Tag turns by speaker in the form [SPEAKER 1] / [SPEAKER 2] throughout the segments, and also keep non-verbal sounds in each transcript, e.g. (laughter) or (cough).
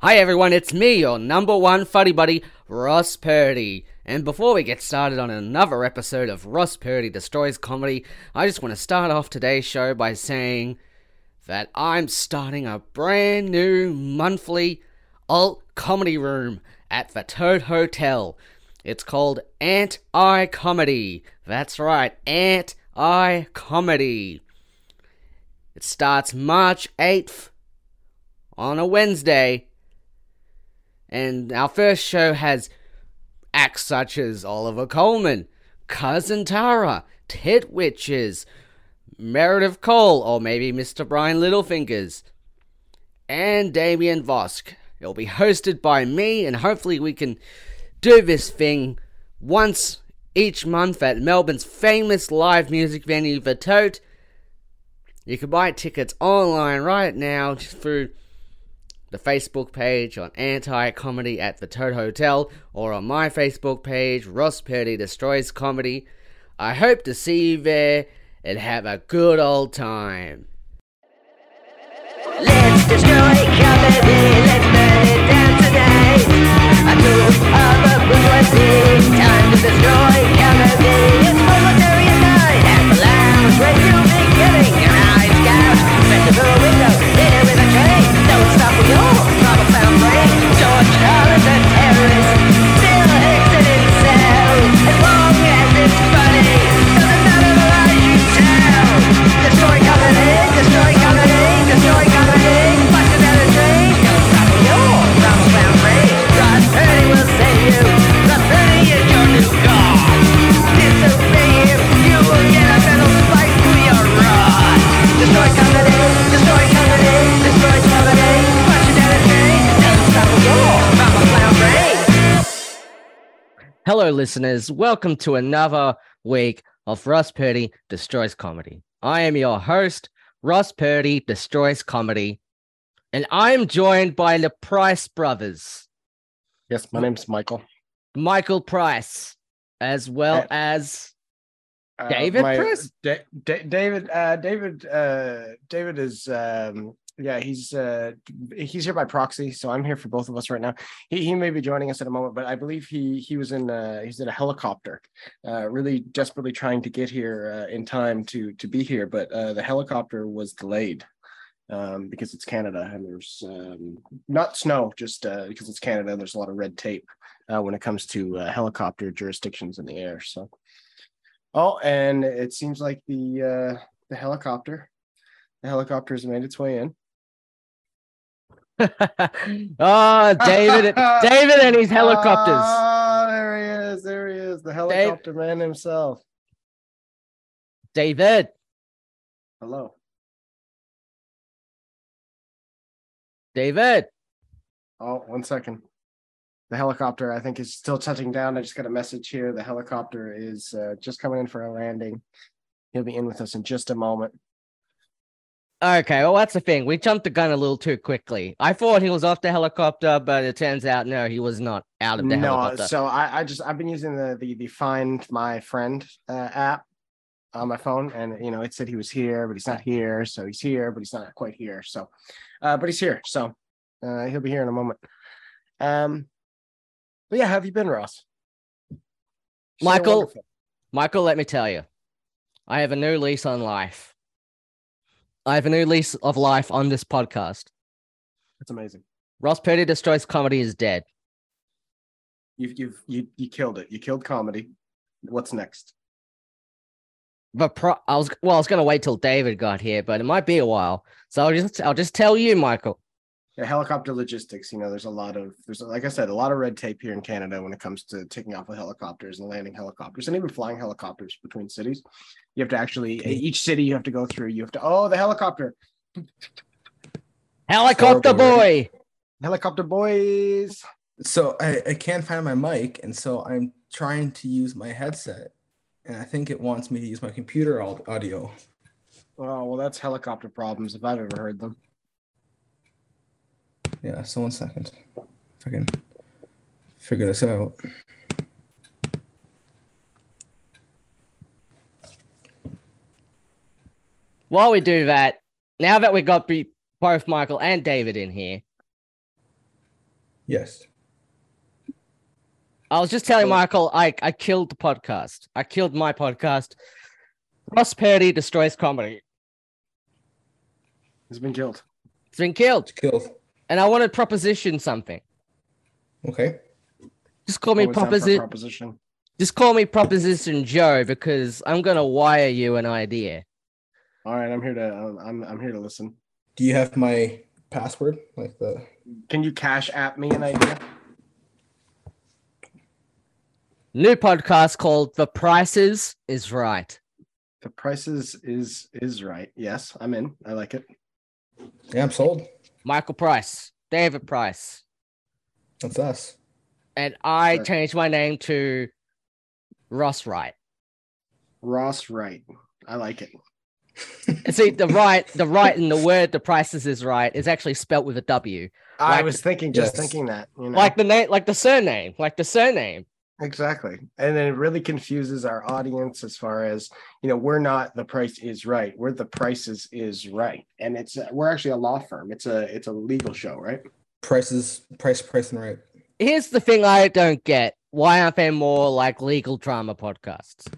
[SPEAKER 1] Hi everyone, it's me, your number one fuddy buddy, Ross Purdy. And before we get started on another episode of Ross Purdy Destroys Comedy, I just want to start off today's show by saying that I'm starting a brand new monthly alt comedy room at the Toad Hotel. It's called Ant Eye Comedy. That's right, Ant Eye Comedy. It starts March 8th on a Wednesday. And our first show has acts such as Oliver Coleman, Cousin Tara, Tit Witches, Meredith Cole, or maybe Mr. Brian Littlefingers, and Damien Vosk. It'll be hosted by me, and hopefully, we can do this thing once each month at Melbourne's famous live music venue, The Tote. You can buy tickets online right now through the Facebook page on Anti Comedy at the Toad Hotel or on my Facebook page, Ross Purdy Destroys Comedy. I hope to see you there and have a good old time.
[SPEAKER 2] Let's destroy comedy. Let's burn it down today. A group of the bourgeoisie. Time to destroy comedy. It's proletariat night at the lounge. Where you'll be getting your eyes gouged. Festival window, dinner with a train. Don't stop with your trouble found brain. George Charles a terrorist. Still exit in cell. As long as it's funny. Doesn't matter the lies you tell. Destroy comedy. Destroy comedy. Destroy comedy. Fuck the better train. Don't stop with your trouble found brain. Rod Purdy will save you. Rod Purdy is your new god. Disobey him. You will get a metal spike through your rod. Destroy comedy. Destroy comedy. Destroy comedy. Fuck the better train. Don't stop with your trouble found brain.
[SPEAKER 1] Hello, listeners. Welcome to another week of Ross Purdy Destroys Comedy. I am your host, Ross Purdy Destroys Comedy, and I'm joined by the Price Brothers,
[SPEAKER 3] Yes, my name's Michael.
[SPEAKER 1] Michael Price, as well
[SPEAKER 3] Uh,
[SPEAKER 1] as
[SPEAKER 3] Uh,
[SPEAKER 1] David Price?
[SPEAKER 3] Da- Da- David. Uh, David. Uh, David is. Um, yeah, he's uh, he's here by proxy, so I'm here for both of us right now. He, he may be joining us at a moment, but I believe he he was in uh, he's in a helicopter, uh, really desperately trying to get here uh, in time to to be here, but uh, the helicopter was delayed um, because it's Canada and there's um, not snow, just uh, because it's Canada and there's a lot of red tape uh, when it comes to uh, helicopter jurisdictions in the air. So. Oh, and it seems like the uh the helicopter. The helicopter has made its way in.
[SPEAKER 1] (laughs) oh, David, David and his
[SPEAKER 3] (laughs)
[SPEAKER 1] helicopters.
[SPEAKER 3] Ah, there he is. There he is. The helicopter man himself.
[SPEAKER 1] David,
[SPEAKER 3] Hello.
[SPEAKER 1] David.
[SPEAKER 3] Oh, one second. The helicopter, I think, is still touching down. I just got a message here. The helicopter is uh, just coming in for a landing. He'll be in with us in just a moment.
[SPEAKER 1] Okay, well, that's the thing. We jumped the gun a little too quickly. I thought he was off the helicopter, but it turns out no, he was not out of the
[SPEAKER 3] No,
[SPEAKER 1] helicopter.
[SPEAKER 3] so I, I just I've been using the the the Find My Friend uh, app on my phone, and you know it said he was here, but he's not here. So he's here, but he's not quite here. So, uh, but he's here. So uh, he'll be here in a moment. Um, but yeah, how have you been, Ross? So
[SPEAKER 1] Michael-
[SPEAKER 3] wonderful.
[SPEAKER 1] Michael, let me tell you, I have a new lease on life. I have a new lease of life on this podcast.
[SPEAKER 3] that's amazing.
[SPEAKER 1] Ross Purdy destroys comedy is dead.
[SPEAKER 3] You've you've you you killed it. You killed comedy. What's next?
[SPEAKER 1] But pro- I was well, I was gonna wait till David got here, but it might be a while. So I'll just I'll just tell you, Michael.
[SPEAKER 3] Yeah, helicopter logistics. You know, there's a lot of there's like I said, a lot of red tape here in Canada when it comes to taking off with helicopters and landing helicopters and even flying helicopters between cities. You have to actually e, each city you have to go through. You have to oh the helicopter,
[SPEAKER 1] Helicopter
[SPEAKER 4] horrible,
[SPEAKER 1] boy.
[SPEAKER 3] helicopter boys.
[SPEAKER 4] So I, I can't find my mic, and so I'm trying to use my headset, and I think it wants me to use my computer au- audio.
[SPEAKER 3] Oh well, that's helicopter problems if I've ever heard them.
[SPEAKER 4] Yeah, so one second, if I can figure this out.
[SPEAKER 1] While we do that, now that we got be- both Michael and David in here,
[SPEAKER 4] Yes.
[SPEAKER 1] I was just telling
[SPEAKER 4] So-
[SPEAKER 1] Michael, I, I killed the podcast. I killed my podcast. Ross Purdy destroys comedy.
[SPEAKER 3] He's been killed.
[SPEAKER 1] It's been killed.
[SPEAKER 4] Killed.
[SPEAKER 1] And I want to proposition something.
[SPEAKER 4] Okay.
[SPEAKER 1] Just call me
[SPEAKER 3] What was that for
[SPEAKER 1] proposition.
[SPEAKER 3] proposition.
[SPEAKER 1] Just call me Proposition Joe because I'm gonna wire you an idea.
[SPEAKER 3] All right, I'm here to I'm I'm here to listen.
[SPEAKER 4] Do you have my password? Like the
[SPEAKER 3] Can you cash app me an idea?
[SPEAKER 1] New podcast called The Prices is Right.
[SPEAKER 3] The prices is is right. Yes, I'm in. I like it.
[SPEAKER 4] yeah, I'm sold.
[SPEAKER 1] Michael Price, David Price,
[SPEAKER 4] That's us.
[SPEAKER 1] and I
[SPEAKER 3] Sure.
[SPEAKER 1] changed my name to Ross Wright.
[SPEAKER 3] Ross Wright. I like it.
[SPEAKER 1] And see, the right, the right in the word "The Prices is Right" is actually spelt with a W,
[SPEAKER 3] I
[SPEAKER 1] Like-
[SPEAKER 3] was thinking, just
[SPEAKER 4] Yes.
[SPEAKER 3] thinking that. You know?
[SPEAKER 1] like the name, like the surname, like the surname.
[SPEAKER 3] Exactly. And then it really confuses our audience as far as, you know, we're not the price is right. We're the prices is right. And it's uh, we're actually a law firm. It's a it's a legal show, right?
[SPEAKER 4] Prices, (laughs) price, price, and right.
[SPEAKER 1] Here's the thing I don't get: why aren't there more like legal drama podcasts?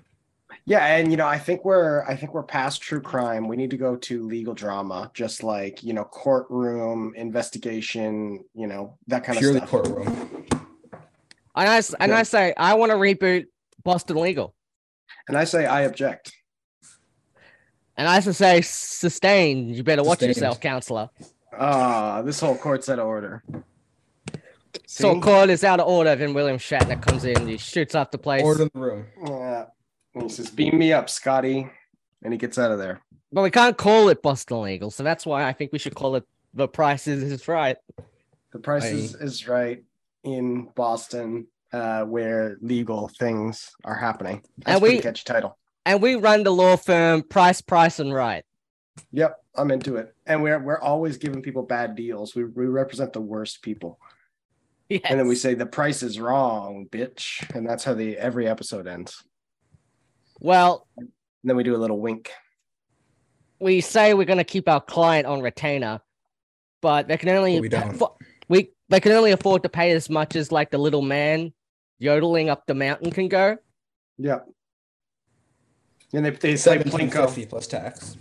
[SPEAKER 3] Yeah, and you know, I think we're I think we're past true crime. We need to go to legal drama, just like, you know, courtroom investigation, you know, that kind
[SPEAKER 4] Purely
[SPEAKER 3] of stuff.
[SPEAKER 4] courtroom.
[SPEAKER 1] And I s- and
[SPEAKER 3] Yeah.
[SPEAKER 1] I say I want to reboot Boston Legal.
[SPEAKER 3] And I say I object.
[SPEAKER 1] And I should say, sustain. You better watch
[SPEAKER 4] Sustained.
[SPEAKER 1] yourself, counselor.
[SPEAKER 3] Ah, this whole court's out of order.
[SPEAKER 1] So
[SPEAKER 3] See?
[SPEAKER 1] Court is out of order. Then William Shatner comes in. and He shoots up the place.
[SPEAKER 4] Order in the room.
[SPEAKER 3] Yeah. And he says, Beam me up, Scotty. And he gets out of there.
[SPEAKER 1] But we can't call it Boston Legal. So that's why I think we should call it The Price is, is Right.
[SPEAKER 3] The price is, is right in Boston, uh, where legal things are happening. That's
[SPEAKER 1] And
[SPEAKER 3] a pretty
[SPEAKER 1] we-
[SPEAKER 3] catchy title.
[SPEAKER 1] And we run the law firm Price, Price, and Right.
[SPEAKER 3] Yep, I'm into it. And we're we're always giving people bad deals. We we represent the worst people.
[SPEAKER 1] Yes.
[SPEAKER 3] And then we say the price is wrong, bitch. And that's how the every episode ends.
[SPEAKER 1] well,
[SPEAKER 3] And then we do a little wink.
[SPEAKER 1] we say we're going to keep our client on retainer, but they can only
[SPEAKER 4] But we don't.
[SPEAKER 1] affo- we they can only afford to pay as much as like the little man yodeling up the mountain can go.
[SPEAKER 3] Yep. And they they say Plinko
[SPEAKER 4] $17.50 plus tax.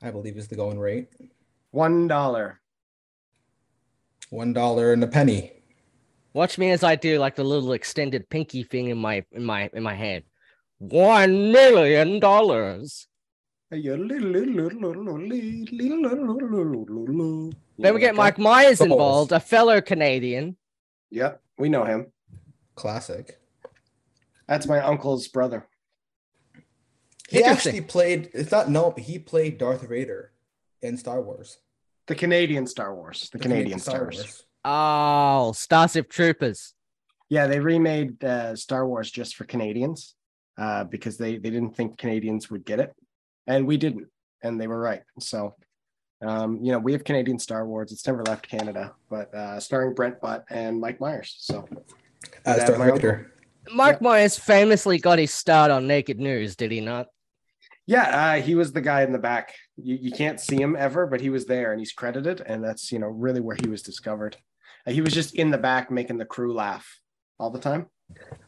[SPEAKER 4] I believe is the going rate.
[SPEAKER 3] one dollar.
[SPEAKER 4] One dollar and a penny.
[SPEAKER 1] Watch me as I do like the little extended pinky thing in my in my in my hand. One million dollars. Then
[SPEAKER 3] Then
[SPEAKER 1] we get Mike Myers
[SPEAKER 4] Balls.
[SPEAKER 1] involved, a fellow Canadian.
[SPEAKER 3] Yep, we know him.
[SPEAKER 4] Classic.
[SPEAKER 3] That's my uncle's brother.
[SPEAKER 4] He
[SPEAKER 1] Interesting.
[SPEAKER 4] actually played. It's not no. He played Darth Vader in Star Wars.
[SPEAKER 3] The Canadian Star Wars. The,
[SPEAKER 4] The
[SPEAKER 3] Canadian, Star, Wars.
[SPEAKER 1] Oh, Starship Troopers.
[SPEAKER 3] Yeah, they remade uh, Star Wars just for Canadians uh, because they they didn't think Canadians would get it, and we didn't, and they were right. So, um, you know, we have Canadian Star Wars. It's never left Canada, but uh, starring Brent Butt and Mike Myers. So,
[SPEAKER 4] As
[SPEAKER 3] that
[SPEAKER 4] Darth
[SPEAKER 3] my
[SPEAKER 4] Vader.
[SPEAKER 1] Mike Myers famously got his start on Naked News, did he not?
[SPEAKER 3] yeah, uh, he was the guy in the back. You, you can't see him ever, but he was there, and he's credited, and that's you know really where he was discovered. Uh, he was just in the back making the crew laugh all the time.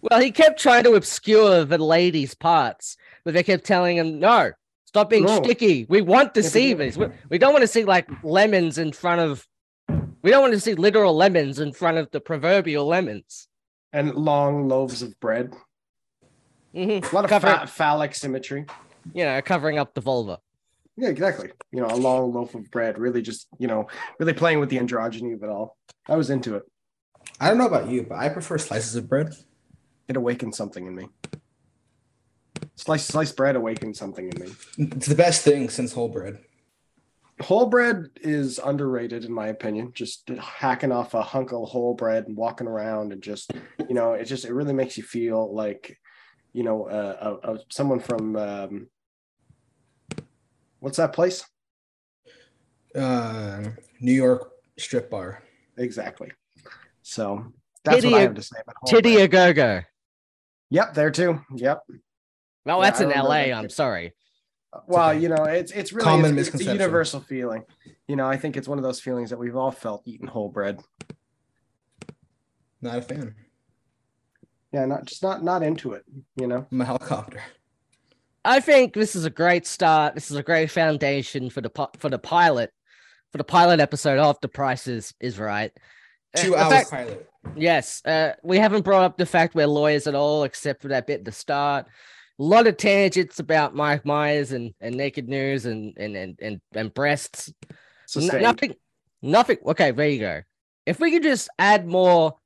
[SPEAKER 1] Well, he kept trying to obscure the ladies' parts, but they kept telling him, no, stop being
[SPEAKER 3] No.
[SPEAKER 1] sticky. We want to
[SPEAKER 3] Yeah, but
[SPEAKER 1] see
[SPEAKER 3] you-
[SPEAKER 1] this. We, we don't want to see like lemons in front of, we don't want to see literal lemons in front of the proverbial lemons.
[SPEAKER 3] and long loaves of bread.
[SPEAKER 1] Mhm.
[SPEAKER 3] A lot of
[SPEAKER 1] Cover-
[SPEAKER 3] fa- phallic symmetry.
[SPEAKER 1] You know, covering up the vulva.
[SPEAKER 3] Yeah, exactly. You know, a long loaf of bread, really just, you know, really playing with the androgyny of it all. I was into it.
[SPEAKER 4] I don't know about you, but I prefer slices of bread.
[SPEAKER 3] It awakened something in me. Slice sliced bread awakened something in me.
[SPEAKER 4] It's the best thing since whole bread.
[SPEAKER 3] Whole bread is underrated in my opinion. Just hacking off a hunk of whole bread and walking around and just, you know, it just it really makes you feel like, you know, uh, a, a, someone from um, what's that place?
[SPEAKER 4] Uh, New York strip bar.
[SPEAKER 3] Exactly. So that's what
[SPEAKER 1] Titty-
[SPEAKER 3] I have to say about Hall
[SPEAKER 1] Titty
[SPEAKER 3] Bread.
[SPEAKER 1] a go go.
[SPEAKER 3] Yep, there too. Yep.
[SPEAKER 1] Well,
[SPEAKER 3] Yeah,
[SPEAKER 1] that's
[SPEAKER 3] I
[SPEAKER 1] in
[SPEAKER 3] remember
[SPEAKER 1] LA.
[SPEAKER 3] that
[SPEAKER 1] I'm
[SPEAKER 3] too.
[SPEAKER 1] sorry.
[SPEAKER 3] Well,
[SPEAKER 4] okay.
[SPEAKER 3] you know, it's it's really
[SPEAKER 4] Common
[SPEAKER 3] it's- it's, a
[SPEAKER 4] misconception.
[SPEAKER 3] universal feeling. You know, I think it's one of those feelings that we've all felt eating whole bread.
[SPEAKER 4] Not a fan.
[SPEAKER 3] Yeah, not just not not into it. You know.
[SPEAKER 4] I'm a helicopter.
[SPEAKER 1] I think this is a great start. This is a great foundation for the pi- for the pilot, for the pilot episode of The Price is, is Right.
[SPEAKER 3] Eh,
[SPEAKER 1] Uh,
[SPEAKER 4] Two
[SPEAKER 1] the
[SPEAKER 4] hours
[SPEAKER 1] fact-
[SPEAKER 4] pilot.
[SPEAKER 1] yes, uh, we haven't brought up the fact we're lawyers at all, except for that bit at the start. A lot of tangents about Mike Myers and, and naked news and and and and, and breasts. N-
[SPEAKER 3] Sustained.
[SPEAKER 1] nothing, nothing. Okay, there you go. If we could just add more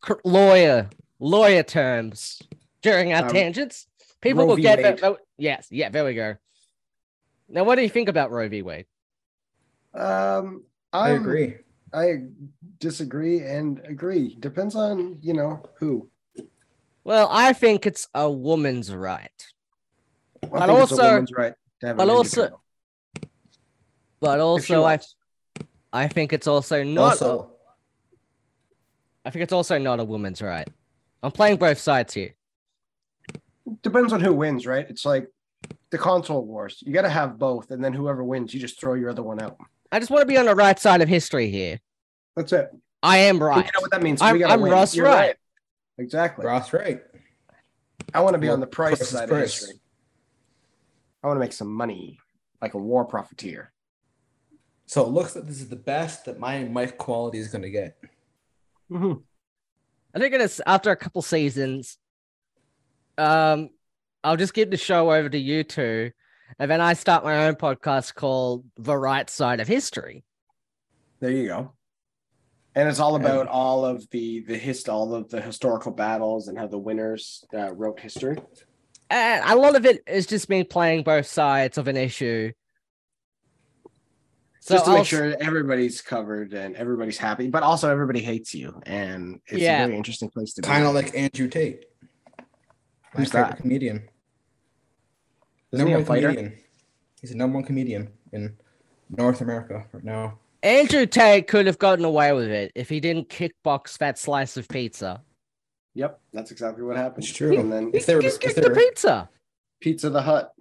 [SPEAKER 1] cr- lawyer lawyer terms during our
[SPEAKER 3] Um,
[SPEAKER 1] tangents, people
[SPEAKER 3] Roe
[SPEAKER 1] will
[SPEAKER 3] v.
[SPEAKER 1] get that.
[SPEAKER 3] Wade.
[SPEAKER 1] that- Yes, yeah, there we go. Now, what do you think about Roe v. Wade?
[SPEAKER 3] Um,
[SPEAKER 4] I
[SPEAKER 3] I'm-
[SPEAKER 4] agree.
[SPEAKER 3] I disagree and agree. Depends on you know who.
[SPEAKER 1] Well, I think it's a woman's right,
[SPEAKER 3] I
[SPEAKER 1] But
[SPEAKER 3] think it's a
[SPEAKER 1] also-
[SPEAKER 3] woman's right to have a
[SPEAKER 1] but
[SPEAKER 3] major
[SPEAKER 1] also-
[SPEAKER 3] title.
[SPEAKER 1] but
[SPEAKER 3] If
[SPEAKER 1] also
[SPEAKER 3] she
[SPEAKER 1] I
[SPEAKER 3] wants.
[SPEAKER 1] I think it's also not
[SPEAKER 4] also,
[SPEAKER 1] I think it's also not a woman's right. I'm playing both sides here.
[SPEAKER 3] depends on who wins, right? It's like the console wars. You got to have both, and then whoever wins, you just throw your other one out.
[SPEAKER 1] I just want to be on the right side of history here.
[SPEAKER 3] That's it.
[SPEAKER 1] I am
[SPEAKER 3] We
[SPEAKER 1] right.
[SPEAKER 3] know what that means.
[SPEAKER 1] I'm-
[SPEAKER 3] we gotta
[SPEAKER 1] I'm
[SPEAKER 3] win.
[SPEAKER 1] Ross
[SPEAKER 3] You're
[SPEAKER 1] Wright.
[SPEAKER 3] Exactly.
[SPEAKER 4] Ross right.
[SPEAKER 3] I want to be
[SPEAKER 4] Well,
[SPEAKER 3] on the price
[SPEAKER 4] price is
[SPEAKER 3] side of
[SPEAKER 4] price.
[SPEAKER 3] history. I want to make some money, like a war profiteer.
[SPEAKER 4] So it looks like this is the best that my mic quality is going to get.
[SPEAKER 1] Mm-hmm. I think it's after a couple seasons, um, I'll just give the show over to you two, and then I start my own podcast called The Right Side of History.
[SPEAKER 3] There you go. And it's all about all of the the hist all of the historical battles and how the winners uh, wrote history.
[SPEAKER 1] And a lot of it is just me playing both sides of an issue. So
[SPEAKER 3] just to
[SPEAKER 1] I'll
[SPEAKER 3] make
[SPEAKER 1] s-
[SPEAKER 3] sure everybody's covered and everybody's happy, but also everybody hates you, and it's
[SPEAKER 1] Yeah.
[SPEAKER 3] a very interesting place to be.
[SPEAKER 4] Kind of like Andrew Tate. My
[SPEAKER 3] Who's
[SPEAKER 4] favorite
[SPEAKER 3] that?
[SPEAKER 4] comedian.
[SPEAKER 3] Isn't he a fighter?
[SPEAKER 4] comedian. He's a number one comedian in North America right now.
[SPEAKER 1] Andrew Tate could have gotten away with it if he didn't kickbox that slice of pizza.
[SPEAKER 3] Yep, that's exactly what happened.
[SPEAKER 4] It's true.
[SPEAKER 3] And then
[SPEAKER 1] He
[SPEAKER 4] If they were-
[SPEAKER 1] just
[SPEAKER 4] if
[SPEAKER 1] kicked
[SPEAKER 4] they
[SPEAKER 1] the
[SPEAKER 4] were-
[SPEAKER 1] pizza.
[SPEAKER 3] Pizza the Hut,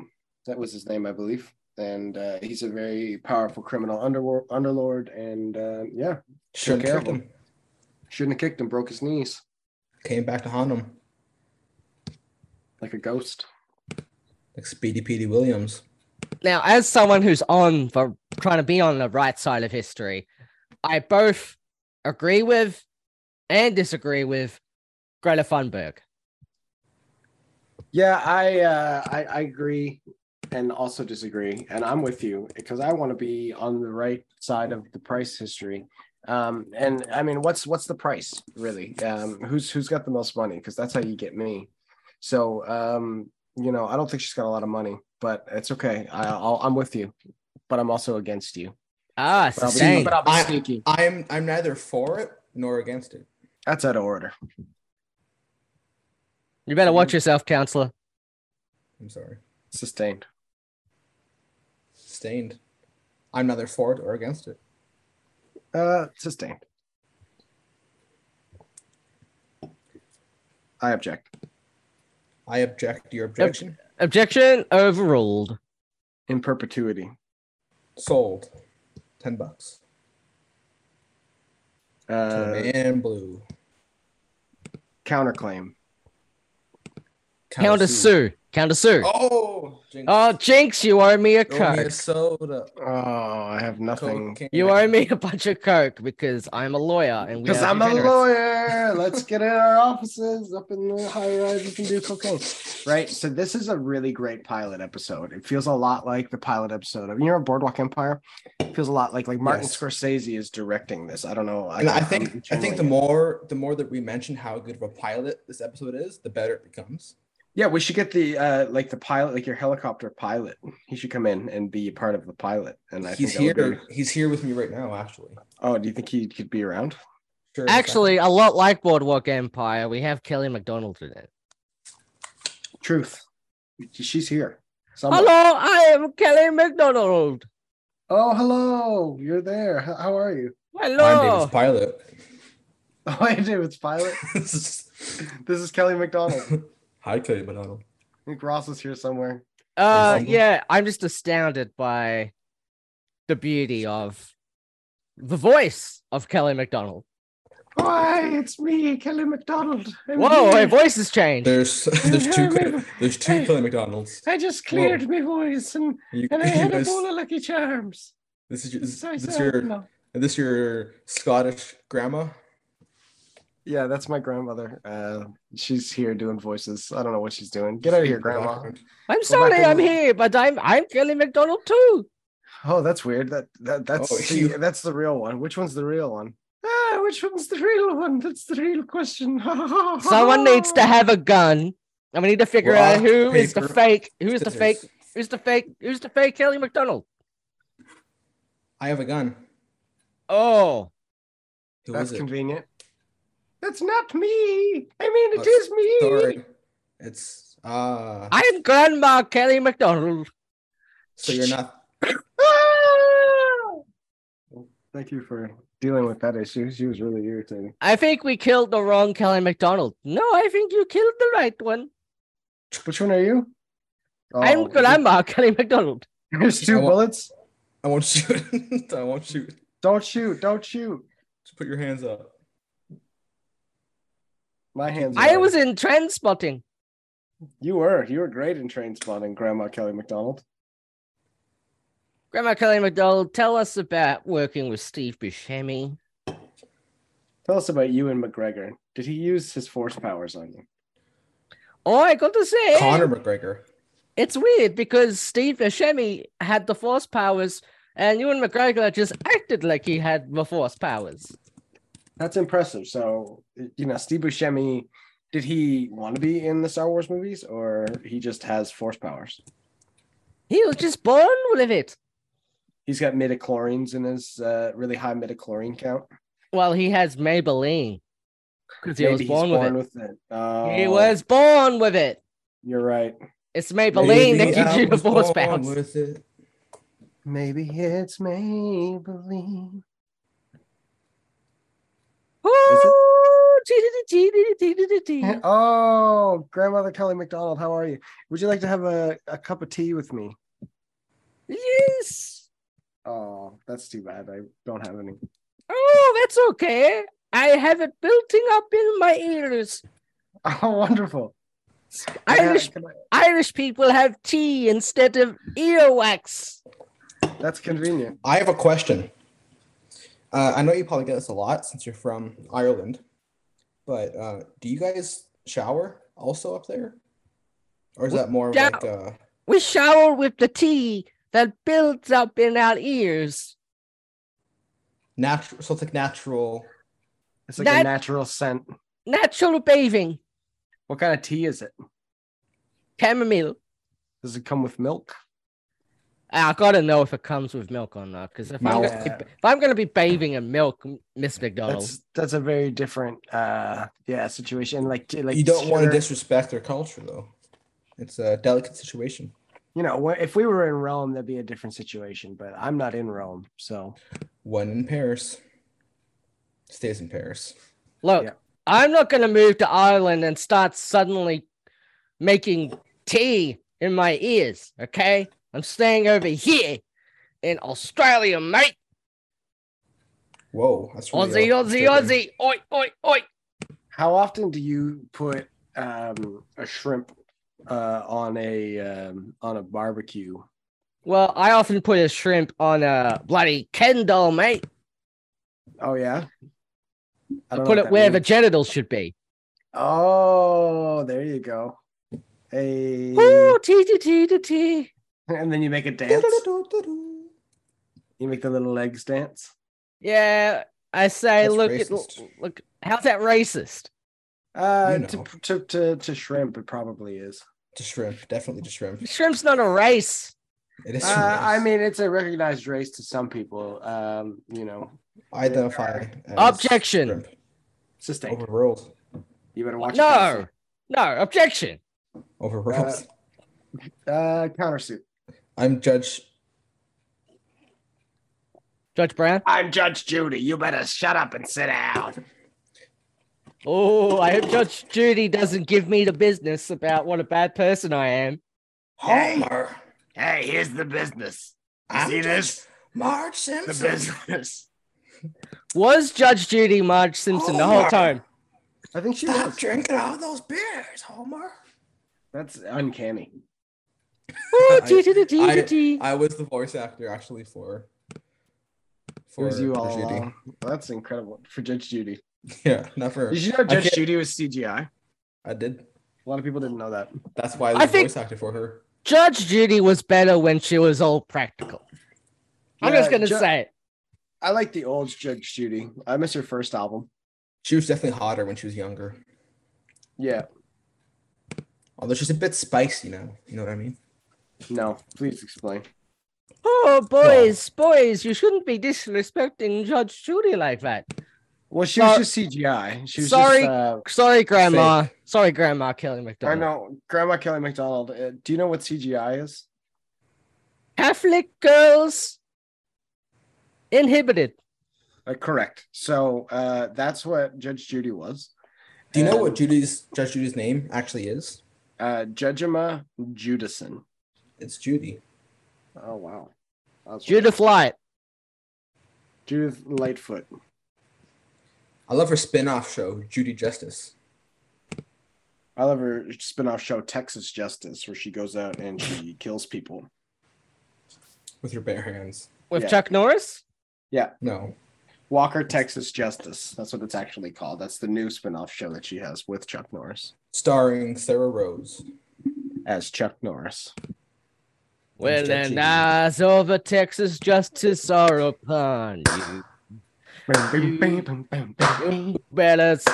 [SPEAKER 3] that was his name, I believe. And uh, he's a very powerful criminal underworld underlord, and uh, yeah,
[SPEAKER 4] Should
[SPEAKER 3] care
[SPEAKER 4] have
[SPEAKER 3] of
[SPEAKER 4] kicked him.
[SPEAKER 3] shouldn't have kicked him, broke his knees
[SPEAKER 4] Came back to haunt him.
[SPEAKER 3] like a ghost.
[SPEAKER 4] Like Speedy Petey Williams.
[SPEAKER 1] now as someone who's on the trying to be on the right side of history i both agree with and disagree with greta thunberg
[SPEAKER 3] Yeah, I uh, I, I agree, and also disagree, and I'm with you because I want to be on the right side of the price history. Um, and I mean, what's what's the price really? Um, who's who's got the most money? Because that's how you get me. So um, you know, I don't think she's got a lot of money, but it's okay. I, I'll, I'm with you, but I'm also against you.
[SPEAKER 1] ah
[SPEAKER 3] But I'll be,
[SPEAKER 1] sustained.
[SPEAKER 3] but I'll be
[SPEAKER 4] I-
[SPEAKER 3] sneaky.
[SPEAKER 4] I'm I'm neither for it nor against it.
[SPEAKER 3] That's out of order.
[SPEAKER 1] you better watch yourself counselor
[SPEAKER 4] I'm sorry.
[SPEAKER 3] Sustained.
[SPEAKER 4] Sustained. I'm neither for it or against it.
[SPEAKER 3] Uh, sustained. I object.
[SPEAKER 4] I object to your objection.
[SPEAKER 1] objection overruled
[SPEAKER 3] in perpetuity.
[SPEAKER 4] Sold. Ten bucks. To the
[SPEAKER 3] Uh,
[SPEAKER 4] man blue.
[SPEAKER 3] counterclaim.
[SPEAKER 1] counter sue counter sue oh,
[SPEAKER 4] Oh, jinx.
[SPEAKER 1] jinx you owe me a
[SPEAKER 4] Throw me
[SPEAKER 1] coke
[SPEAKER 4] a soda.
[SPEAKER 3] Oh, I have nothing.
[SPEAKER 4] Cocaine.
[SPEAKER 1] you owe me a bunch of coke because i'm a lawyer and we
[SPEAKER 3] Because
[SPEAKER 1] are
[SPEAKER 3] I'm a
[SPEAKER 1] degenerates.
[SPEAKER 3] lawyer. Let's get in our offices up in the high rises and do cocaine. Right. So this is a really great pilot episode. It feels a lot like the pilot episode of you know Boardwalk Empire. It feels a lot like like Martin
[SPEAKER 4] Yes.
[SPEAKER 3] Scorsese is directing this. I don't know.
[SPEAKER 4] And I
[SPEAKER 3] I'm
[SPEAKER 4] think I think
[SPEAKER 3] channeling
[SPEAKER 4] the
[SPEAKER 3] it.
[SPEAKER 4] more the more that we mention how good of a pilot this episode is, the better it becomes.
[SPEAKER 3] yeah, we should get the uh like the pilot, like your helicopter pilot. He should come in and be a part of the pilot. And I
[SPEAKER 4] He's
[SPEAKER 3] think that would
[SPEAKER 4] here.
[SPEAKER 3] Be,
[SPEAKER 4] He's here with me right now, actually.
[SPEAKER 3] oh, do you think he could be around?
[SPEAKER 4] Sure,
[SPEAKER 1] actually a lot like boardwalk empire we have kelly mcdonald in it
[SPEAKER 3] Truth. She's here. Somewhere.
[SPEAKER 1] hello i am kelly mcdonald
[SPEAKER 3] Oh, hello. You're there. H- How are you? (laughs)
[SPEAKER 1] hello
[SPEAKER 4] I'm David's pilot.
[SPEAKER 3] Oh, hey, David's pilot. This is Kelly McDonald.
[SPEAKER 4] (laughs) Hi, Kelly
[SPEAKER 1] (laughs)
[SPEAKER 4] Bonanno.
[SPEAKER 3] I think Ross is here somewhere.
[SPEAKER 1] Uh,
[SPEAKER 4] Example?
[SPEAKER 1] yeah, I'm just astounded by the beauty of the voice of Kelly McDonald.
[SPEAKER 3] Oh, Why, it's me, Kelly McDonald. I'm
[SPEAKER 1] Whoa, my
[SPEAKER 3] here.
[SPEAKER 1] voice has changed.
[SPEAKER 4] There's there's two
[SPEAKER 3] Remember-
[SPEAKER 4] there's two Kelly McDonalds.
[SPEAKER 3] I just cleared my voice and,
[SPEAKER 4] (laughs) You,
[SPEAKER 3] and I
[SPEAKER 4] you
[SPEAKER 3] had a
[SPEAKER 4] guys-
[SPEAKER 3] bowl of Lucky Charms.
[SPEAKER 4] this is your- this,
[SPEAKER 3] So I
[SPEAKER 4] this
[SPEAKER 3] said,
[SPEAKER 4] your
[SPEAKER 3] no.
[SPEAKER 4] this your Scottish grandma.
[SPEAKER 3] Yeah, that's my grandmother. Uh, she's here doing voices. I don't know what she's doing. Get out of here, grandma.
[SPEAKER 1] I'm sorry,
[SPEAKER 3] back
[SPEAKER 1] I'm
[SPEAKER 3] in-
[SPEAKER 1] here, but I'm I'm Kelly McDonald too.
[SPEAKER 3] Oh, that's weird. That that that's
[SPEAKER 4] Oh,
[SPEAKER 3] the,
[SPEAKER 4] you-
[SPEAKER 3] that's the real one. Which one's the real one? Ah, which one's the real one? That's the real question. (laughs)
[SPEAKER 1] Someone
[SPEAKER 3] Oh.
[SPEAKER 1] needs to have a gun, and we need to figure
[SPEAKER 4] Rock,
[SPEAKER 1] out who is the
[SPEAKER 4] paper,
[SPEAKER 1] fake, who is the
[SPEAKER 4] scissors.
[SPEAKER 1] fake, who's the fake, who's the fake Kelly McDonald.
[SPEAKER 4] I have a gun.
[SPEAKER 1] Oh,
[SPEAKER 4] Who is
[SPEAKER 3] That's
[SPEAKER 4] it?
[SPEAKER 3] convenient. That's not me. I mean, it
[SPEAKER 4] Oh,
[SPEAKER 3] is me.
[SPEAKER 4] Sorry, it's uh.
[SPEAKER 1] I am Grandma Kelly McDonald.
[SPEAKER 4] So you're not.
[SPEAKER 3] Ah! Thank you for dealing with that issue. She was really irritating.
[SPEAKER 1] I think we killed the wrong Kelly McDonald. No, I think you killed the right one.
[SPEAKER 3] Which one are you?
[SPEAKER 1] I'm
[SPEAKER 3] Oh,
[SPEAKER 1] Grandma Kelly McDonald.
[SPEAKER 3] (laughs) There's two
[SPEAKER 4] I wa-
[SPEAKER 3] bullets.
[SPEAKER 4] I won't (laughs) shoot. I won't shoot.
[SPEAKER 3] Don't shoot. Don't shoot.
[SPEAKER 4] Just put your hands up.
[SPEAKER 3] My hands.
[SPEAKER 1] I
[SPEAKER 3] are-
[SPEAKER 1] was in trend spotting.
[SPEAKER 3] You were. You were great in train spotting, Grandma Kelly McDonald.
[SPEAKER 1] Grandma Kelly McDonald, tell us about working with Steve Buscemi.
[SPEAKER 3] Tell us about you and McGregor. Did he use his force powers on you?
[SPEAKER 1] Oh, I got to say,
[SPEAKER 4] Conor McGregor.
[SPEAKER 1] it's weird because Steve Buscemi had the force powers, and Ewan McGregor just acted like he had the force powers.
[SPEAKER 3] That's impressive. So, you know, Steve Buscemi, did he want to be in the Star Wars movies, or he just has force powers?
[SPEAKER 1] He was just born with it.
[SPEAKER 3] He's got midichlorians in his uh, really high midichlorian count.
[SPEAKER 1] Well, he has Maybelline because he was
[SPEAKER 3] Maybe he's
[SPEAKER 1] born with it.
[SPEAKER 3] with it. Oh,
[SPEAKER 1] He was born with it.
[SPEAKER 3] You're right.
[SPEAKER 1] It's Maybelline that
[SPEAKER 4] Maybe
[SPEAKER 1] gives
[SPEAKER 4] I
[SPEAKER 1] you the
[SPEAKER 4] was
[SPEAKER 1] force
[SPEAKER 4] born
[SPEAKER 1] powers.
[SPEAKER 4] with it.
[SPEAKER 3] Maybe it's Maybelline.
[SPEAKER 1] Ooh, dee-dee-dee-dee-dee-dee-dee-dee.
[SPEAKER 3] Oh, Grandmother Kelly McDonald, how are you? Would you like to have a, a cup of tea with me?
[SPEAKER 1] Yes.
[SPEAKER 3] Oh, that's too bad. I don't have any. (laughs)
[SPEAKER 1] Oh, that's okay. I have it building up in my ears.
[SPEAKER 3] Oh, wonderful. Yeah,
[SPEAKER 1] Irish
[SPEAKER 3] can I-
[SPEAKER 1] Irish people have tea instead of earwax.
[SPEAKER 3] that's convenient.
[SPEAKER 4] I have a question. Uh, I know you probably get this a lot since you're from Ireland, but uh, do you guys shower also up there, or is that more of
[SPEAKER 1] Yeah.
[SPEAKER 4] like uh,
[SPEAKER 1] We shower with the tea that builds up in our ears.
[SPEAKER 4] natural? So it's like natural.
[SPEAKER 3] It's like
[SPEAKER 1] That-
[SPEAKER 3] a natural scent.
[SPEAKER 1] Natural bathing,
[SPEAKER 3] What kind of tea is it?
[SPEAKER 1] chamomile.
[SPEAKER 3] Does it come with milk?
[SPEAKER 1] I gotta know if it comes with milk or not, because if I'm gonna be,
[SPEAKER 3] Yeah.
[SPEAKER 1] if I'm gonna be bathing in milk, Miss McDonald,
[SPEAKER 3] That's that's a very different uh yeah situation. Like t- like
[SPEAKER 4] you don't want to
[SPEAKER 3] sugar-
[SPEAKER 4] disrespect their culture though. It's a delicate situation.
[SPEAKER 3] you know wh- if we were in Rome, that'd be a different situation. But I'm not in Rome, so
[SPEAKER 4] One in Paris stays in Paris.
[SPEAKER 1] look,
[SPEAKER 3] yeah.
[SPEAKER 1] I'm not gonna move to Ireland and start suddenly making tea in my ears. Okay, I'm staying over here in Australia, mate.
[SPEAKER 4] Whoa, that's
[SPEAKER 1] Aussie, Aussie, Aussie. Oi, oi, oi.
[SPEAKER 3] How often do you put um, a shrimp uh, on a um, on a barbecue?
[SPEAKER 1] Well, I often put a shrimp on a bloody Ken doll, mate.
[SPEAKER 3] Oh yeah,
[SPEAKER 1] I
[SPEAKER 3] don't know
[SPEAKER 1] put
[SPEAKER 3] what
[SPEAKER 1] it
[SPEAKER 3] that
[SPEAKER 1] where the
[SPEAKER 3] means.
[SPEAKER 1] genitals should be.
[SPEAKER 3] Oh, there you go. Hey,
[SPEAKER 1] Ooh, tea, tea, tea, tea, tea.
[SPEAKER 3] (laughs) and then you make a dance.
[SPEAKER 4] Dance.
[SPEAKER 3] You make the little legs dance.
[SPEAKER 1] Yeah, I say,
[SPEAKER 4] That's
[SPEAKER 1] look,
[SPEAKER 4] racist.
[SPEAKER 1] At, look, how's that racist?
[SPEAKER 3] Uh,
[SPEAKER 4] You
[SPEAKER 3] to,
[SPEAKER 4] know.
[SPEAKER 3] to to to shrimp, it probably is.
[SPEAKER 4] To shrimp, definitely to shrimp.
[SPEAKER 1] Shrimp's not a race.
[SPEAKER 4] It is.
[SPEAKER 3] Uh,
[SPEAKER 4] shrimp.
[SPEAKER 3] I mean, it's a recognized race to some people. Um, you know,
[SPEAKER 4] identify. as
[SPEAKER 1] Objection.
[SPEAKER 4] shrimp.
[SPEAKER 3] sustained.
[SPEAKER 4] Overruled.
[SPEAKER 3] You better watch. your
[SPEAKER 1] No, no, objection.
[SPEAKER 4] Overruled.
[SPEAKER 3] Uh, countersuit. Uh, countersuit.
[SPEAKER 4] I'm Judge.
[SPEAKER 1] Judge Brown.
[SPEAKER 3] I'm Judge Judy. You better shut up and sit down.
[SPEAKER 1] Oh, I hope Judge Judy doesn't give me the business about what a bad person I am.
[SPEAKER 3] Hey.
[SPEAKER 4] Homer.
[SPEAKER 3] Hey, here's the business. You
[SPEAKER 4] I'm
[SPEAKER 3] see
[SPEAKER 4] Judge
[SPEAKER 3] this?
[SPEAKER 4] Marge
[SPEAKER 3] The
[SPEAKER 4] Simpson.
[SPEAKER 3] business.
[SPEAKER 1] Was Judge Judy Marge Simpson the
[SPEAKER 3] Oh.
[SPEAKER 1] whole
[SPEAKER 4] Homer.
[SPEAKER 1] time?
[SPEAKER 3] I think she
[SPEAKER 4] Stop
[SPEAKER 3] was.
[SPEAKER 4] drinking all those beers, Homer.
[SPEAKER 3] That's uncanny.
[SPEAKER 1] Oh,
[SPEAKER 4] I-
[SPEAKER 1] gee, gee, gee, gee, gee.
[SPEAKER 4] I was the voice actor actually for.
[SPEAKER 3] It was you all
[SPEAKER 4] for Judy.
[SPEAKER 3] along. That's incredible for Judge Judy.
[SPEAKER 4] (laughs) Yeah, not for.
[SPEAKER 3] Did you know Judge
[SPEAKER 4] can't-
[SPEAKER 3] Judy was CGI?
[SPEAKER 4] I did.
[SPEAKER 3] A lot of people didn't know that.
[SPEAKER 4] That's why I
[SPEAKER 1] I
[SPEAKER 4] was the
[SPEAKER 1] think-
[SPEAKER 4] voice actor for her.
[SPEAKER 1] Judge Judy was better when she was all practical. I'm
[SPEAKER 3] Yeah,
[SPEAKER 1] just gonna
[SPEAKER 3] Ju-
[SPEAKER 1] say it.
[SPEAKER 3] I like the old Judge Judy. I miss her first album.
[SPEAKER 4] She was definitely hotter when she was younger.
[SPEAKER 3] Yeah.
[SPEAKER 4] Although she's a bit spicy now. You know what I mean?
[SPEAKER 3] No. Please explain.
[SPEAKER 1] Oh, boys, boys, you shouldn't be disrespecting Judge Judy like that.
[SPEAKER 3] Well, she was
[SPEAKER 1] Sor-
[SPEAKER 3] just CGI. She was
[SPEAKER 1] Sorry.
[SPEAKER 3] Just, uh,
[SPEAKER 1] Sorry, Grandma. Sorry, Grandma Kelly
[SPEAKER 3] I
[SPEAKER 1] McDonald.
[SPEAKER 3] know Grandma Kelly McDonald. Uh, do you know what CGI is?
[SPEAKER 1] Catholic girls inhibited.
[SPEAKER 3] Uh, correct. So uh, that's what Judge Judy was.
[SPEAKER 4] Do you know
[SPEAKER 3] Um,
[SPEAKER 4] what Judy's Judge Judy's name actually is?
[SPEAKER 3] Uh, Judge Emma Judison.
[SPEAKER 4] It's Judy.
[SPEAKER 3] Oh wow. That's
[SPEAKER 1] Judith Light.
[SPEAKER 3] Judith Lightfoot.
[SPEAKER 4] I love her spin-off show, Judy Justice.
[SPEAKER 3] I love her spin-off show Texas Justice, where she goes out and she (laughs) kills people.
[SPEAKER 4] with her bare hands.
[SPEAKER 1] with
[SPEAKER 3] Yeah.
[SPEAKER 1] Chuck Norris.
[SPEAKER 4] No,
[SPEAKER 3] Walker Texas Justice. That's what it's actually called. That's the new spin-off show that she has with Chuck Norris.
[SPEAKER 4] starring Sarah Rose.
[SPEAKER 3] As Chuck Norris.
[SPEAKER 1] Well,
[SPEAKER 4] Mr.
[SPEAKER 1] then uh,
[SPEAKER 4] Cheese.
[SPEAKER 1] eyes over Texas justice are upon you.
[SPEAKER 3] Bam, bam, bam, bam, bam, bam.
[SPEAKER 1] Better s-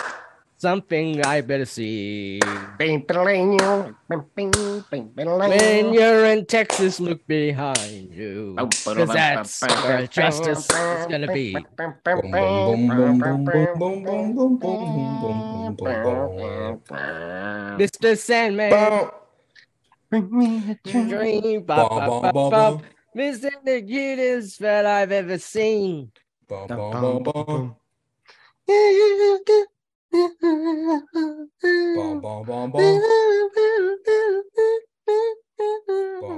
[SPEAKER 1] something I better see.
[SPEAKER 3] Bam, ba-da-lang, bam, bam, bam,
[SPEAKER 1] When
[SPEAKER 3] ba-da-lang.
[SPEAKER 1] you're in Texas, look behind you.
[SPEAKER 2] Oh,
[SPEAKER 3] Bum,
[SPEAKER 1] 'Cause
[SPEAKER 3] ba-dum, bum,
[SPEAKER 1] that's
[SPEAKER 3] bum, bum,
[SPEAKER 1] where
[SPEAKER 3] bum,
[SPEAKER 1] justice
[SPEAKER 3] bum,
[SPEAKER 1] is gonna
[SPEAKER 3] bum,
[SPEAKER 1] be.
[SPEAKER 3] bum, bum,
[SPEAKER 4] Boom, boom, boom, boom, boom, boom, boom, boom, boom, boom, boom, boom, boom,
[SPEAKER 3] boom.
[SPEAKER 1] Mr. Sandman.
[SPEAKER 4] boom.
[SPEAKER 3] Bring me a drink.
[SPEAKER 1] Dream, bop,
[SPEAKER 4] Bum, bum,
[SPEAKER 1] bop,
[SPEAKER 4] bum,
[SPEAKER 1] bop,
[SPEAKER 4] bum.
[SPEAKER 1] bop. Mr. the cutest that I've ever seen.
[SPEAKER 4] Bum, bum, bum, bum.
[SPEAKER 1] I
[SPEAKER 4] Bum, bum, bum, bum.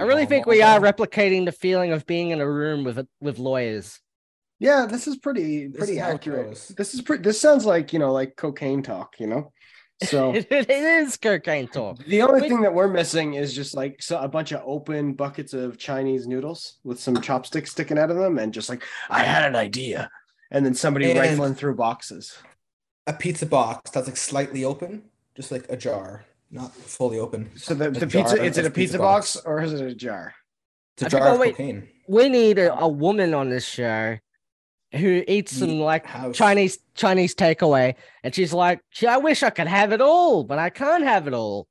[SPEAKER 1] really think we are replicating the feeling of being in a room with with lawyers.
[SPEAKER 3] Yeah, this is pretty
[SPEAKER 4] This
[SPEAKER 3] pretty
[SPEAKER 4] is how it
[SPEAKER 3] accurate.
[SPEAKER 4] goes.
[SPEAKER 3] This is pretty. This sounds like you know, like cocaine talk. You know,
[SPEAKER 1] (laughs)
[SPEAKER 3] so
[SPEAKER 1] it is cocaine talk.
[SPEAKER 3] the only
[SPEAKER 1] Wait.
[SPEAKER 3] thing that we're missing is just like so a bunch of open buckets of Chinese noodles with some chopsticks sticking out of them, and just like I had an idea, and then somebody
[SPEAKER 4] And-
[SPEAKER 3] rifling through boxes.
[SPEAKER 4] A pizza box that's like slightly open, just like a jar, not fully open.
[SPEAKER 3] So the,
[SPEAKER 4] A
[SPEAKER 3] the
[SPEAKER 4] jar
[SPEAKER 3] pizza is it a
[SPEAKER 4] of pizza
[SPEAKER 3] pizza box,
[SPEAKER 4] box.
[SPEAKER 3] or is it a jar?
[SPEAKER 4] It's a
[SPEAKER 1] I
[SPEAKER 4] jar
[SPEAKER 1] think-
[SPEAKER 4] of
[SPEAKER 1] oh, wait.
[SPEAKER 4] cocaine.
[SPEAKER 1] We need a,
[SPEAKER 3] Uh-huh.
[SPEAKER 1] a woman on this show who eats some like
[SPEAKER 4] House.
[SPEAKER 1] Chinese Chinese takeaway, and she's like, "Gee, "I wish I could have it all, but I can't have it all."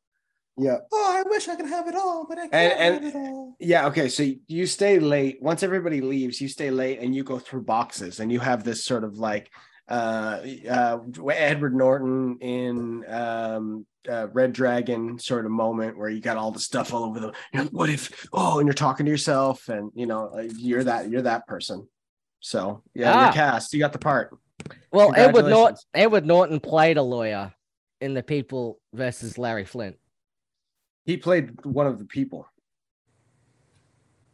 [SPEAKER 3] Yeah.
[SPEAKER 4] Oh, I wish I could have it all, but I can't
[SPEAKER 3] and-
[SPEAKER 4] have it all.
[SPEAKER 3] Yeah, okay. So you stay late. Once everybody leaves, you stay late and you go through boxes and you have this sort of like uh uh Edward Norton in um uh, Red Dragon sort of moment where you got all the stuff all over the you're like, what if oh and you're talking to yourself and you know like, you're that you're that person. So yeah,
[SPEAKER 1] Ah.
[SPEAKER 3] you're cast. You got the part.
[SPEAKER 1] Well, Edward Norton
[SPEAKER 3] Congratulations.
[SPEAKER 1] Edward Norton played a lawyer in the People versus Larry Flint.
[SPEAKER 3] He played one of the people.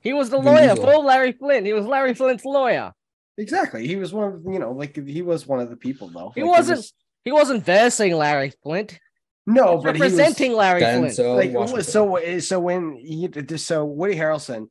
[SPEAKER 1] He was the
[SPEAKER 4] Vin
[SPEAKER 1] lawyer
[SPEAKER 4] Diesel.
[SPEAKER 1] for Larry Flint. He was Larry Flint's lawyer.
[SPEAKER 3] Exactly. He was one of you know, like he was one of the people though.
[SPEAKER 1] He
[SPEAKER 3] Like,
[SPEAKER 1] wasn't- He wasn't versing Larry Flint.
[SPEAKER 3] no, but he was-
[SPEAKER 1] representing Larry Flint.
[SPEAKER 4] Denzel
[SPEAKER 3] like
[SPEAKER 4] Washington.
[SPEAKER 3] so eh, so when he, so Woody Harrelson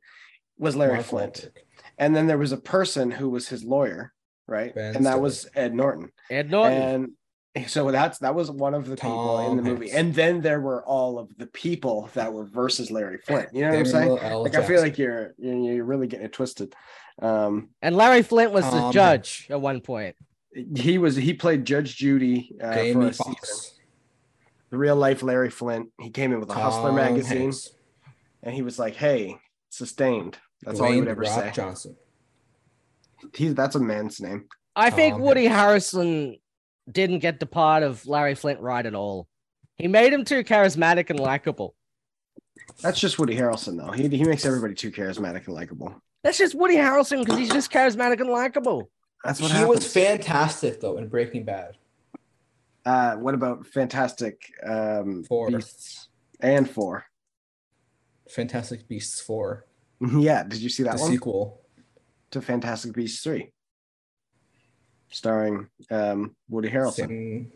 [SPEAKER 3] was Larry
[SPEAKER 4] Mark
[SPEAKER 3] Flint,
[SPEAKER 4] Wahlberg.
[SPEAKER 3] and then there was a person who was his lawyer, right?
[SPEAKER 4] Ben
[SPEAKER 3] and that
[SPEAKER 4] Stiller.
[SPEAKER 3] was Ed Norton,
[SPEAKER 1] Ed Norton.
[SPEAKER 3] and so that's that was one of the people in the
[SPEAKER 4] Tom
[SPEAKER 3] movie.
[SPEAKER 4] Hanks.
[SPEAKER 3] And then there were all of the people that were versus Larry Flint. You know what I'm saying?
[SPEAKER 4] Samuel L.
[SPEAKER 3] Like I feel
[SPEAKER 4] Jackson.
[SPEAKER 3] like you're you're you're really getting it twisted. Um,
[SPEAKER 1] and Larry Flint was the
[SPEAKER 4] Tom
[SPEAKER 1] judge
[SPEAKER 4] Hanks.
[SPEAKER 1] at one point.
[SPEAKER 3] he was he played Judge Judy uh, for
[SPEAKER 4] Jamie
[SPEAKER 3] a season.
[SPEAKER 4] Foxx.
[SPEAKER 3] The real life Larry Flint. He came in with a Hustler
[SPEAKER 4] Tom
[SPEAKER 3] magazine.
[SPEAKER 4] Hanks.
[SPEAKER 3] and he was like, "Hey, sustained." That's all
[SPEAKER 4] Dwayne
[SPEAKER 3] he would
[SPEAKER 4] The
[SPEAKER 3] ever
[SPEAKER 4] Rock
[SPEAKER 3] say.
[SPEAKER 4] Johnson.
[SPEAKER 3] He's that's a man's name.
[SPEAKER 1] I think
[SPEAKER 4] Tom
[SPEAKER 1] Woody
[SPEAKER 4] Hanks.
[SPEAKER 1] Harrison didn't get the part of Larry Flint right at all. He made him too charismatic and likable.
[SPEAKER 3] That's just Woody Harrelson, though. He he makes everybody too charismatic and likable.
[SPEAKER 1] That's just Woody Harrelson because he's just charismatic and likable.
[SPEAKER 3] That's
[SPEAKER 4] He
[SPEAKER 3] what happens.
[SPEAKER 4] was fantastic though in Breaking Bad.
[SPEAKER 3] uh, what about Fantastic um,
[SPEAKER 4] Four.
[SPEAKER 3] Beasts and Four? (laughs)
[SPEAKER 4] Fantastic Beasts 4,
[SPEAKER 3] Yeah, did you see that
[SPEAKER 4] the
[SPEAKER 3] one
[SPEAKER 4] sequel.
[SPEAKER 3] to Fantastic Beasts three? starring um, Woody Harrelson.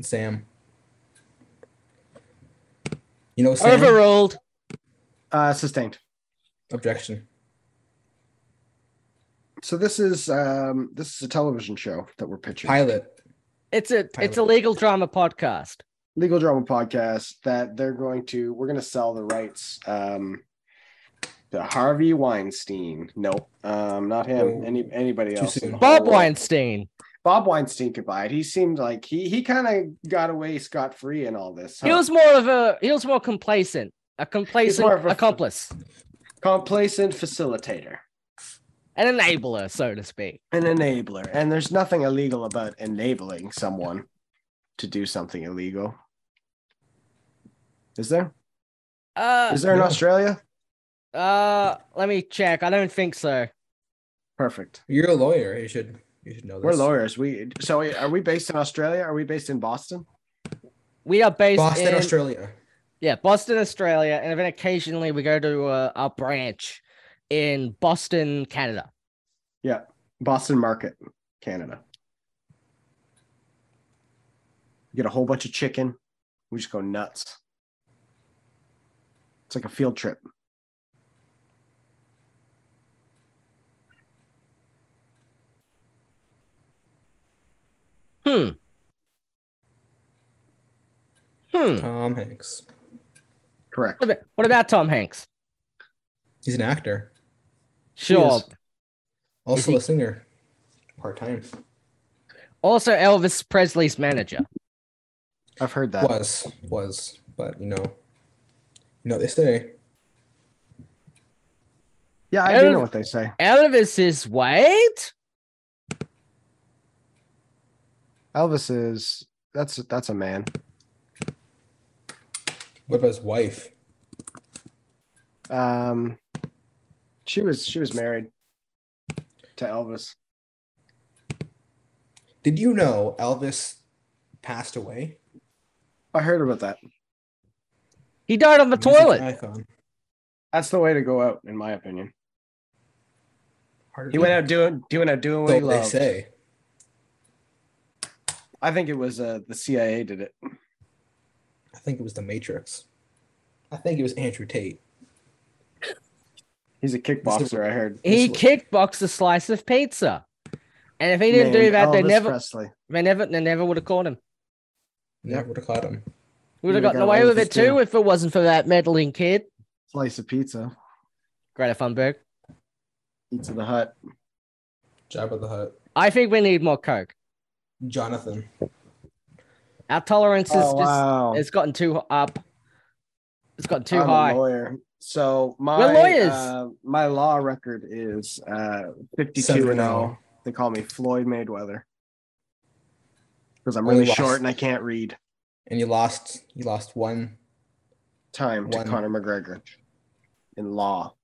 [SPEAKER 4] Sam. Sam. You know, Sam.
[SPEAKER 1] Overruled.
[SPEAKER 3] Uh, sustained.
[SPEAKER 4] Objection.
[SPEAKER 3] So this is um, this is a television show that we're pitching.
[SPEAKER 4] Pilot.
[SPEAKER 1] It's a it's a
[SPEAKER 4] Pilot.
[SPEAKER 1] legal drama podcast.
[SPEAKER 3] legal drama podcast that they're going to we're going to sell the rights um to Harvey Weinstein. Nope, um, not him.
[SPEAKER 4] Oh,
[SPEAKER 3] Any anybody
[SPEAKER 4] too
[SPEAKER 3] else? in
[SPEAKER 4] soon.
[SPEAKER 3] the whole
[SPEAKER 1] Bob
[SPEAKER 3] world.
[SPEAKER 1] Weinstein.
[SPEAKER 3] Bob Weinstein could buy it. He seemed like he he kind of got away scot free in all this.
[SPEAKER 1] He
[SPEAKER 3] huh?
[SPEAKER 1] was more of a he was more complacent, a complacent
[SPEAKER 3] more of a-
[SPEAKER 1] accomplice,
[SPEAKER 3] complacent facilitator,
[SPEAKER 1] an enabler, so to speak.
[SPEAKER 3] an enabler, and there's nothing illegal about enabling someone to do something illegal. Is there?
[SPEAKER 1] Uh,
[SPEAKER 3] Is there in
[SPEAKER 4] No.
[SPEAKER 3] Australia?
[SPEAKER 1] uh, let me check. I don't think so.
[SPEAKER 3] Perfect.
[SPEAKER 4] You're a lawyer. You should. You should know this.
[SPEAKER 3] We're lawyers. We so are we based in Australia? Are we based in Boston?
[SPEAKER 1] We are based
[SPEAKER 4] Boston,
[SPEAKER 1] in
[SPEAKER 4] Australia.
[SPEAKER 1] yeah Boston, Australia, and then occasionally we go to uh, our branch in Boston, Canada.
[SPEAKER 3] Boston Market, Canada. We get a whole bunch of chicken. We just go nuts. It's like a field trip.
[SPEAKER 1] Hmm. Hmm.
[SPEAKER 4] Tom Hanks.
[SPEAKER 3] Correct.
[SPEAKER 1] What about, what about Tom Hanks?
[SPEAKER 4] He's an actor.
[SPEAKER 1] Sure.
[SPEAKER 3] is.
[SPEAKER 4] Also
[SPEAKER 1] he-
[SPEAKER 4] a singer. Part time.
[SPEAKER 1] Also, Elvis Presley's manager.
[SPEAKER 3] I've heard that.
[SPEAKER 4] Was was, but you know, you know what they say.
[SPEAKER 3] Yeah, I do
[SPEAKER 1] Elvis-
[SPEAKER 3] know what they say.
[SPEAKER 1] Elvis is white.
[SPEAKER 3] Elvis is that's that's a man.
[SPEAKER 4] What about his wife?
[SPEAKER 3] Um, she was she was married to Elvis.
[SPEAKER 4] Did you know Elvis passed away?
[SPEAKER 3] I heard about that.
[SPEAKER 1] He died on the
[SPEAKER 4] Music
[SPEAKER 1] toilet.
[SPEAKER 4] Icon.
[SPEAKER 3] That's the way to go out, in my opinion.
[SPEAKER 4] Hard to
[SPEAKER 3] He went
[SPEAKER 4] do.
[SPEAKER 3] out doing doing out doing what
[SPEAKER 4] So
[SPEAKER 3] he
[SPEAKER 4] they
[SPEAKER 3] loved.
[SPEAKER 4] say.
[SPEAKER 3] I think it was uh, the CIA did it.
[SPEAKER 4] I think it was The Matrix. I think it was Andrew Tate.
[SPEAKER 3] He's a kickboxer, I heard.
[SPEAKER 1] He
[SPEAKER 4] This
[SPEAKER 1] kickboxed a slice of pizza. And if he didn't do
[SPEAKER 3] Named
[SPEAKER 1] that, they
[SPEAKER 3] Elvis
[SPEAKER 1] never,
[SPEAKER 3] oh, Presley.
[SPEAKER 1] they never, they never would have caught him.
[SPEAKER 4] Never would have caught him.
[SPEAKER 1] We would have
[SPEAKER 3] Would've
[SPEAKER 1] gotten
[SPEAKER 3] got
[SPEAKER 1] away
[SPEAKER 3] away
[SPEAKER 1] with
[SPEAKER 3] with
[SPEAKER 1] it
[SPEAKER 3] it,
[SPEAKER 1] too
[SPEAKER 3] too.
[SPEAKER 1] if it wasn't for that meddling kid,
[SPEAKER 3] Slice of pizza.
[SPEAKER 1] Greta Thunberg.
[SPEAKER 3] Pizza the Hut.
[SPEAKER 4] Jabba the Hutt.
[SPEAKER 1] I think we need more coke.
[SPEAKER 4] Jonathan.
[SPEAKER 1] Our tolerance is
[SPEAKER 3] Oh
[SPEAKER 1] just,
[SPEAKER 3] wow. Oh,
[SPEAKER 1] it's gotten too up. It's gotten too
[SPEAKER 3] I'm
[SPEAKER 1] high.
[SPEAKER 3] A lawyer. So my
[SPEAKER 1] We're lawyers.
[SPEAKER 3] uh, my law record is uh, 52 and
[SPEAKER 4] Seven
[SPEAKER 3] oh. 0.
[SPEAKER 4] now.
[SPEAKER 3] They call me Floyd Mayweather because I'm
[SPEAKER 4] Only
[SPEAKER 3] really
[SPEAKER 4] lost.
[SPEAKER 3] short and I can't read.
[SPEAKER 4] And you lost. You lost one.
[SPEAKER 3] Time to
[SPEAKER 4] One.
[SPEAKER 3] Conor McGregor in law.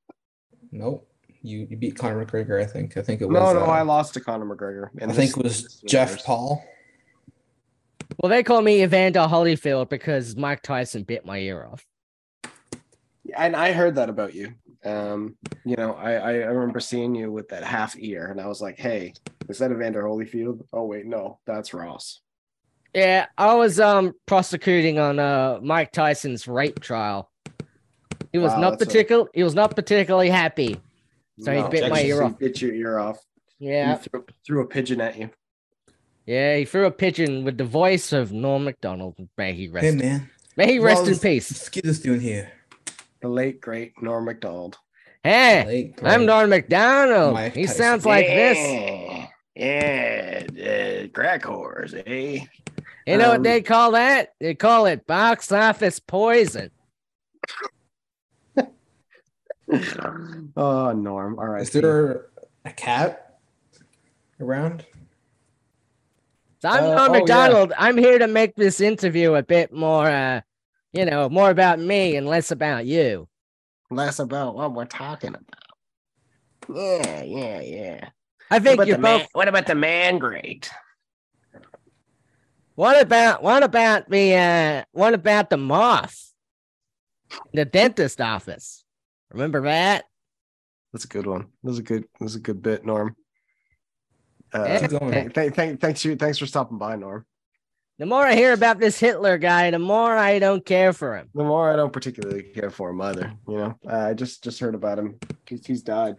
[SPEAKER 4] Nope. You you beat Conor McGregor. I think. I think it was.
[SPEAKER 3] No, no,
[SPEAKER 4] uh,
[SPEAKER 3] I lost to Conor McGregor.
[SPEAKER 4] I
[SPEAKER 3] And
[SPEAKER 4] think it was Jeff Paul.
[SPEAKER 1] Well, they call me Evander Holyfield because Mike Tyson bit my ear off.
[SPEAKER 3] And I heard that about you. Um, you know, I, I I remember seeing you with that half ear, and I was like, "Hey, is that Evander Holyfield?" Oh wait, no, that's Ross.
[SPEAKER 1] Yeah, I was um prosecuting on uh Mike Tyson's rape trial. He was
[SPEAKER 3] Wow,
[SPEAKER 1] not
[SPEAKER 3] that's a-
[SPEAKER 1] particular. He was not particularly happy. So he bit my
[SPEAKER 3] Texas,
[SPEAKER 1] ear
[SPEAKER 3] he
[SPEAKER 1] off.
[SPEAKER 3] Bit your ear off.
[SPEAKER 1] Yeah,
[SPEAKER 3] He threw, threw a pigeon at you.
[SPEAKER 1] yeah. He threw a pigeon with the voice of Norm Macdonald. May he rest.
[SPEAKER 4] Hey man,
[SPEAKER 1] May he rest in
[SPEAKER 4] Well,
[SPEAKER 1] peace.
[SPEAKER 4] let's get this doing here.
[SPEAKER 3] The late great Norm Macdonald.
[SPEAKER 1] Hey,
[SPEAKER 4] Late,
[SPEAKER 1] I'm
[SPEAKER 4] great.
[SPEAKER 1] Norm Macdonald.
[SPEAKER 4] Mike
[SPEAKER 1] he
[SPEAKER 4] Tyson.
[SPEAKER 1] sounds like this.
[SPEAKER 3] Yeah, yeah, uh, crack whores, eh?
[SPEAKER 1] You know what
[SPEAKER 3] Um,
[SPEAKER 1] they call that? They call it box office poison.
[SPEAKER 3] oh, Norm. All right.
[SPEAKER 4] Is there a cat around?
[SPEAKER 1] So I'm
[SPEAKER 4] Uh,
[SPEAKER 1] Norm
[SPEAKER 4] oh, yeah.
[SPEAKER 1] Macdonald. I'm here to make this interview a bit more, uh, you know, more about me and less about you.
[SPEAKER 3] less about what we're talking about. Yeah, yeah, yeah.
[SPEAKER 1] I
[SPEAKER 3] What
[SPEAKER 1] think
[SPEAKER 3] about,
[SPEAKER 1] you're
[SPEAKER 3] the man,
[SPEAKER 1] both.
[SPEAKER 3] what about the man grade?
[SPEAKER 1] What about what about the uh, what about the moth? The dentist office. Remember that?
[SPEAKER 3] That's a good one. That's a good. That's a good bit, Norm. Uh,
[SPEAKER 1] Eh,
[SPEAKER 4] Keep going.
[SPEAKER 3] th- th- th- thanks you. Thanks for stopping by, Norm.
[SPEAKER 1] The more I hear about this Hitler guy, the more I don't care for him.
[SPEAKER 3] The more I don't particularly care for him either. You know, uh, I just just heard about him. He's, he's died.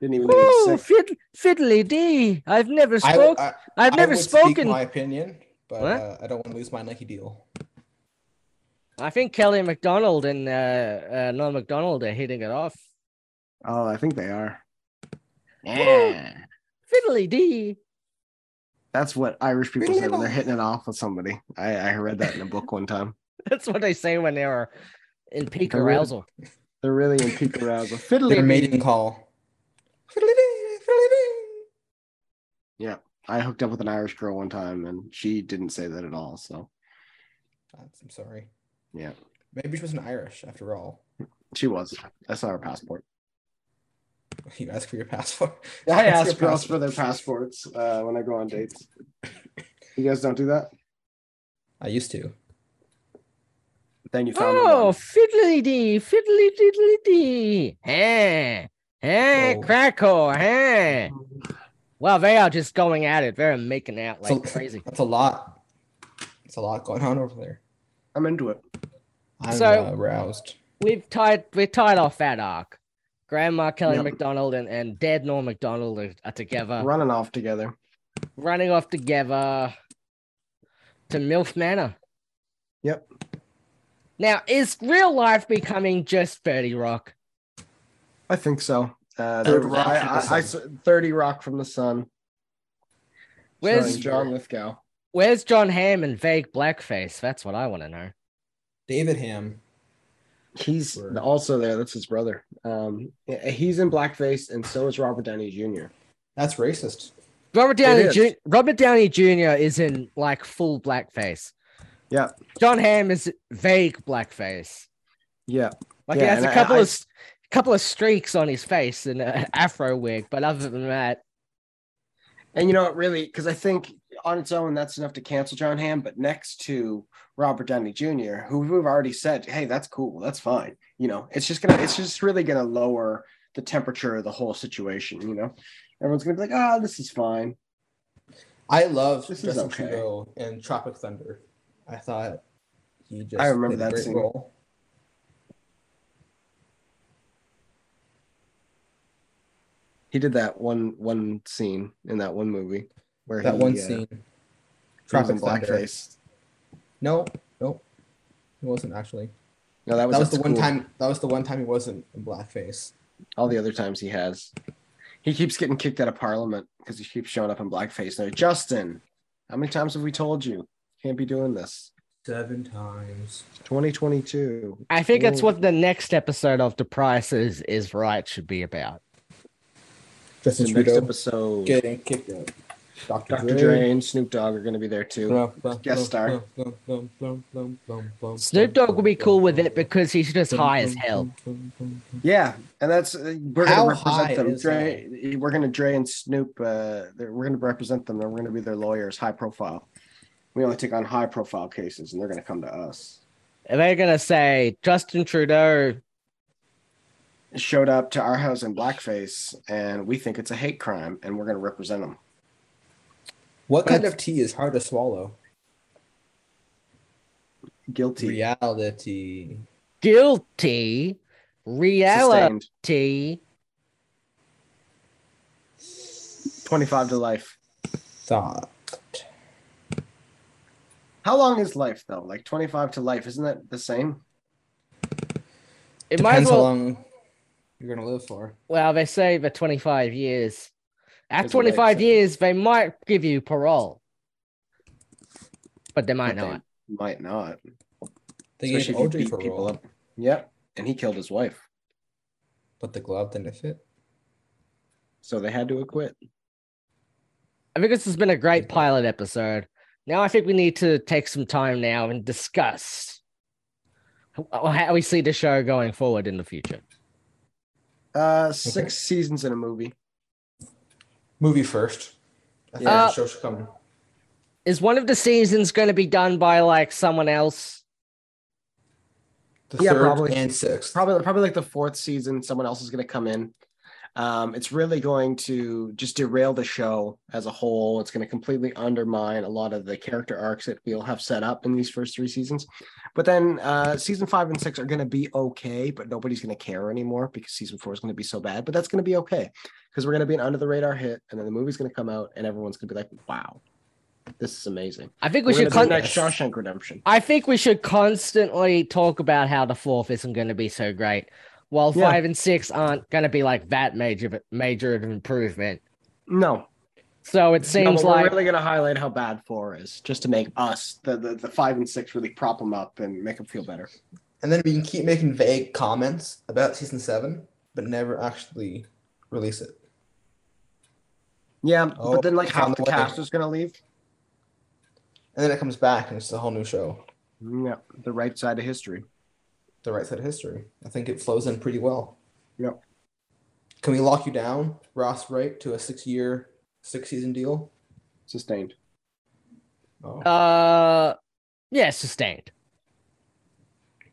[SPEAKER 3] Didn't even know he was
[SPEAKER 1] Ooh,
[SPEAKER 3] sick.
[SPEAKER 1] fid- fiddly dee. I've never
[SPEAKER 4] I,
[SPEAKER 1] spoken.
[SPEAKER 4] I-
[SPEAKER 1] I've
[SPEAKER 4] I
[SPEAKER 1] never
[SPEAKER 4] would speak
[SPEAKER 1] spoken.
[SPEAKER 4] my opinion, but
[SPEAKER 1] What?
[SPEAKER 4] uh, I don't want to lose my Nike deal.
[SPEAKER 1] I think Kelly McDonald and uh, uh, Noel McDonald are hitting it off.
[SPEAKER 3] Oh, I think they are.
[SPEAKER 1] Yeah. Fiddly dee.
[SPEAKER 3] That's what Irish people say when
[SPEAKER 4] Really?
[SPEAKER 3] they're hitting it off with somebody. I, I read that in a book one time.
[SPEAKER 1] (laughs) That's what they say when they are in peak
[SPEAKER 3] They're really-
[SPEAKER 1] arousal.
[SPEAKER 3] They're really in peak (laughs) arousal.
[SPEAKER 4] Their
[SPEAKER 3] Fiddly.
[SPEAKER 4] mating call. Fiddle-dee-dee, fiddle-dee-dee.
[SPEAKER 3] I hooked up with an Irish girl one time, and she didn't say that at all. So
[SPEAKER 4] That's- I'm sorry.
[SPEAKER 3] Yeah.
[SPEAKER 4] Maybe she was an Irish after all. (laughs)
[SPEAKER 3] she was. I saw her passport.
[SPEAKER 4] You ask for your passport. (laughs)
[SPEAKER 3] I
[SPEAKER 4] Ask
[SPEAKER 3] ask
[SPEAKER 4] your
[SPEAKER 3] girls for
[SPEAKER 4] passport.
[SPEAKER 3] their passports uh, when I go on dates. You guys don't do that?
[SPEAKER 4] I used to.
[SPEAKER 3] Then you found me
[SPEAKER 1] Oh,
[SPEAKER 3] one.
[SPEAKER 1] fiddly dee, fiddly diddly dee. Hey, hey,
[SPEAKER 4] Oh.
[SPEAKER 1] crackle, hey. Well, they are just going at it. They're making out
[SPEAKER 4] It's a-
[SPEAKER 1] like crazy.
[SPEAKER 4] (laughs) That's a lot. It's a lot going on over there.
[SPEAKER 3] I'm into it.
[SPEAKER 4] I'm
[SPEAKER 1] So-
[SPEAKER 4] uh, aroused.
[SPEAKER 1] We've tied we tied off that arc. Grandma Kelly
[SPEAKER 3] Yep.
[SPEAKER 1] McDonald and, and Dad Norm McDonald are, are together,
[SPEAKER 3] Running off together.
[SPEAKER 1] running off together to MILF Manor.
[SPEAKER 3] Yep.
[SPEAKER 1] Now, is real life becoming just 30 Rock?
[SPEAKER 3] I think so. Uh,
[SPEAKER 4] 30
[SPEAKER 3] there-
[SPEAKER 4] Rock
[SPEAKER 3] I-
[SPEAKER 4] from the
[SPEAKER 3] I- I
[SPEAKER 4] Sun.
[SPEAKER 3] s- 30 Rock from the Sun.
[SPEAKER 1] Where's-
[SPEAKER 3] starring John Lithgow?
[SPEAKER 1] Where's John Hamm in vague blackface? That's what I want to know.
[SPEAKER 4] David Ham.
[SPEAKER 3] He's
[SPEAKER 4] Word.
[SPEAKER 3] also there. That's his brother. Um, yeah, he's in blackface, and so is Robert Downey Jr.
[SPEAKER 4] That's racist.
[SPEAKER 1] Robert Downey
[SPEAKER 3] is.
[SPEAKER 1] Jr. Robert Downey Jr. is in like full blackface.
[SPEAKER 3] Yeah.
[SPEAKER 1] John Hamm is vague blackface.
[SPEAKER 3] Yeah.
[SPEAKER 1] Like
[SPEAKER 3] Yeah,
[SPEAKER 1] he has
[SPEAKER 3] and
[SPEAKER 1] a
[SPEAKER 3] I-
[SPEAKER 1] couple
[SPEAKER 3] I-
[SPEAKER 1] of of couple of streaks on his face and an afro wig, but other than that,
[SPEAKER 3] And you know what, really, because I think on its own, that's enough to cancel John Hamm. But next to Robert Downey Jr., who we've already said, hey, that's cool, that's fine. You know, it's just gonna, it's just really gonna lower the temperature of the whole situation. You know, everyone's gonna be like, ah, this is fine.
[SPEAKER 4] I love
[SPEAKER 3] This is
[SPEAKER 4] Justin
[SPEAKER 3] okay.
[SPEAKER 4] Trudeau in Tropic Thunder. I thought he just
[SPEAKER 3] I remember
[SPEAKER 4] played a
[SPEAKER 3] that
[SPEAKER 4] great
[SPEAKER 3] scene.
[SPEAKER 4] role.
[SPEAKER 3] He did that one one scene in that one movie where
[SPEAKER 4] That
[SPEAKER 3] he,
[SPEAKER 4] one
[SPEAKER 3] uh,
[SPEAKER 4] scene.
[SPEAKER 3] he was in
[SPEAKER 4] Tropic Thunder.
[SPEAKER 3] blackface.
[SPEAKER 4] No, no, he wasn't actually.
[SPEAKER 3] No, that was,
[SPEAKER 4] that was
[SPEAKER 3] at
[SPEAKER 4] the one
[SPEAKER 3] school.
[SPEAKER 4] time. That was the one time he wasn't in blackface.
[SPEAKER 3] All the other times he has, he keeps getting kicked out of Parliament because he keeps showing up in blackface. Now, Justin, how many times have we told you can't be doing this?
[SPEAKER 4] Seven times.
[SPEAKER 3] 2022.
[SPEAKER 1] I think that's
[SPEAKER 3] Ooh.
[SPEAKER 1] what the next episode of The Price is, is Right should be about.
[SPEAKER 3] The
[SPEAKER 4] Justin
[SPEAKER 3] next
[SPEAKER 4] Trudeau
[SPEAKER 3] episode,
[SPEAKER 4] getting kicked out. Dr.
[SPEAKER 3] Dr. Dre and Snoop Dogg are going to be there too. Guest star.
[SPEAKER 1] Snoop Dogg would be cool with it because he's just high as hell.
[SPEAKER 3] Mm-hmm. Yeah, and that's uh, we're going
[SPEAKER 4] How
[SPEAKER 3] to
[SPEAKER 4] high
[SPEAKER 3] represent them.
[SPEAKER 4] is
[SPEAKER 3] Dre, we're going to Dre and Snoop. Uh, they're- we're going to represent them. And we're going to be their lawyers, high profile. We only take on high profile cases, and they're going to come to us.
[SPEAKER 1] And they're gonna say Justin Trudeau,
[SPEAKER 3] Showed up to our house in blackface, and we think it's a hate crime, and we're going to represent them.
[SPEAKER 4] What kind of tea is hard to swallow?
[SPEAKER 3] Guilty,
[SPEAKER 4] Reality.
[SPEAKER 1] guilty, reality,
[SPEAKER 3] sustained, twenty-five to life.
[SPEAKER 4] Thought.
[SPEAKER 3] How long is life though? Like twenty-five to life, isn't that the same?
[SPEAKER 1] It might as
[SPEAKER 4] Depends how
[SPEAKER 1] well.
[SPEAKER 4] long you're gonna live for.
[SPEAKER 1] Well, they say the 25 years. At
[SPEAKER 3] There's a way,
[SPEAKER 1] 25
[SPEAKER 3] so-
[SPEAKER 1] years, they might give you parole, but they might
[SPEAKER 3] But they
[SPEAKER 1] not.
[SPEAKER 3] Might not.
[SPEAKER 4] They
[SPEAKER 3] Especially
[SPEAKER 4] gave
[SPEAKER 3] if you
[SPEAKER 4] OJ
[SPEAKER 3] beat
[SPEAKER 4] for
[SPEAKER 3] people
[SPEAKER 4] role,
[SPEAKER 3] up. Yep. And he killed his wife.
[SPEAKER 4] but the glove didn't fit.
[SPEAKER 3] So they had to acquit.
[SPEAKER 1] I think this has been a great pilot episode. Now, I think we need to take some time now and discuss how- how we see the show going forward in the future.
[SPEAKER 4] (laughs)
[SPEAKER 3] Uh six seasons in a movie.
[SPEAKER 4] Movie first. I think
[SPEAKER 1] Yeah.
[SPEAKER 4] the show should come.
[SPEAKER 1] Is one of the seasons going to be done by like someone else?
[SPEAKER 4] The
[SPEAKER 3] Yeah,
[SPEAKER 4] third
[SPEAKER 3] probably.
[SPEAKER 4] and sixth.
[SPEAKER 3] Probably probably like the fourth season, someone else is gonna come in. Um, it's really going to just derail the show as a whole. It's going to completely undermine a lot of the character arcs that we'll have set up in these first three seasons. But then uh, season five and six are going to be okay, but nobody's going to care anymore because season four is going to be so bad. But that's going to be okay because we're going to be an under the radar hit, and then the movie's going to come out, and everyone's going to be like, "Wow, this is amazing."
[SPEAKER 1] I think
[SPEAKER 3] We're
[SPEAKER 1] we
[SPEAKER 3] going
[SPEAKER 1] should.
[SPEAKER 3] to do
[SPEAKER 1] Con-
[SPEAKER 3] next Shawshank Redemption.
[SPEAKER 1] I think we should constantly talk about how the fourth isn't going to be so great, while
[SPEAKER 3] Yeah.
[SPEAKER 1] five and six aren't going to be like that major of- major of improvement.
[SPEAKER 3] No,
[SPEAKER 1] So it
[SPEAKER 3] No,
[SPEAKER 1] seems
[SPEAKER 3] but
[SPEAKER 1] like
[SPEAKER 3] we're really going to highlight how bad four is, just to make us the, the the five and six really prop them up and make them feel better.
[SPEAKER 4] And then we can keep making vague comments about season seven, but never actually release it.
[SPEAKER 3] Yeah,
[SPEAKER 4] Oh,
[SPEAKER 3] but then like
[SPEAKER 4] it's
[SPEAKER 3] half
[SPEAKER 4] on
[SPEAKER 3] the
[SPEAKER 4] the way.
[SPEAKER 3] cast is going to leave.
[SPEAKER 4] And then it comes back and it's a whole new show.
[SPEAKER 3] Yeah, the right side of history.
[SPEAKER 4] The right side of history. I think it flows in pretty well.
[SPEAKER 3] Yep.
[SPEAKER 4] Can we lock you down, Ross Wright, to a six year, six season deal?
[SPEAKER 3] Sustained.
[SPEAKER 4] Oh,
[SPEAKER 1] uh, yeah, sustained.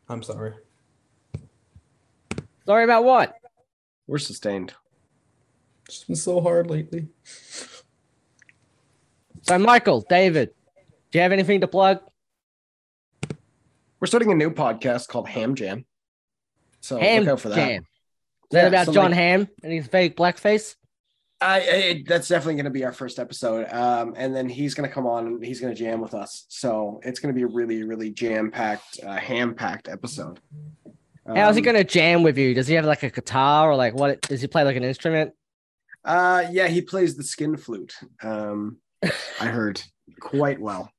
[SPEAKER 4] I'm sorry.
[SPEAKER 1] Sorry about what?
[SPEAKER 3] We're sustained.
[SPEAKER 4] It's been so hard lately.
[SPEAKER 1] So Michael, David, do you have anything to plug?
[SPEAKER 3] We're starting a new podcast called Ham Jam. So
[SPEAKER 1] Ham
[SPEAKER 3] Oh, look out for that.
[SPEAKER 1] Jam. Is that
[SPEAKER 3] Yeah,
[SPEAKER 1] about
[SPEAKER 3] somebody-
[SPEAKER 1] John Ham and his fake blackface?
[SPEAKER 3] I, I that's definitely going to be our first episode. Um, and then he's going to come on and he's going to jam with us. So it's going to be a really, really jam packed, uh, ham packed episode.
[SPEAKER 1] How's he
[SPEAKER 3] Um,
[SPEAKER 1] going to jam with you? Does he have like a guitar or like what? Does he play like an instrument?
[SPEAKER 3] Uh, yeah, he plays the skin flute. Um,
[SPEAKER 1] (laughs)
[SPEAKER 3] I heard quite well.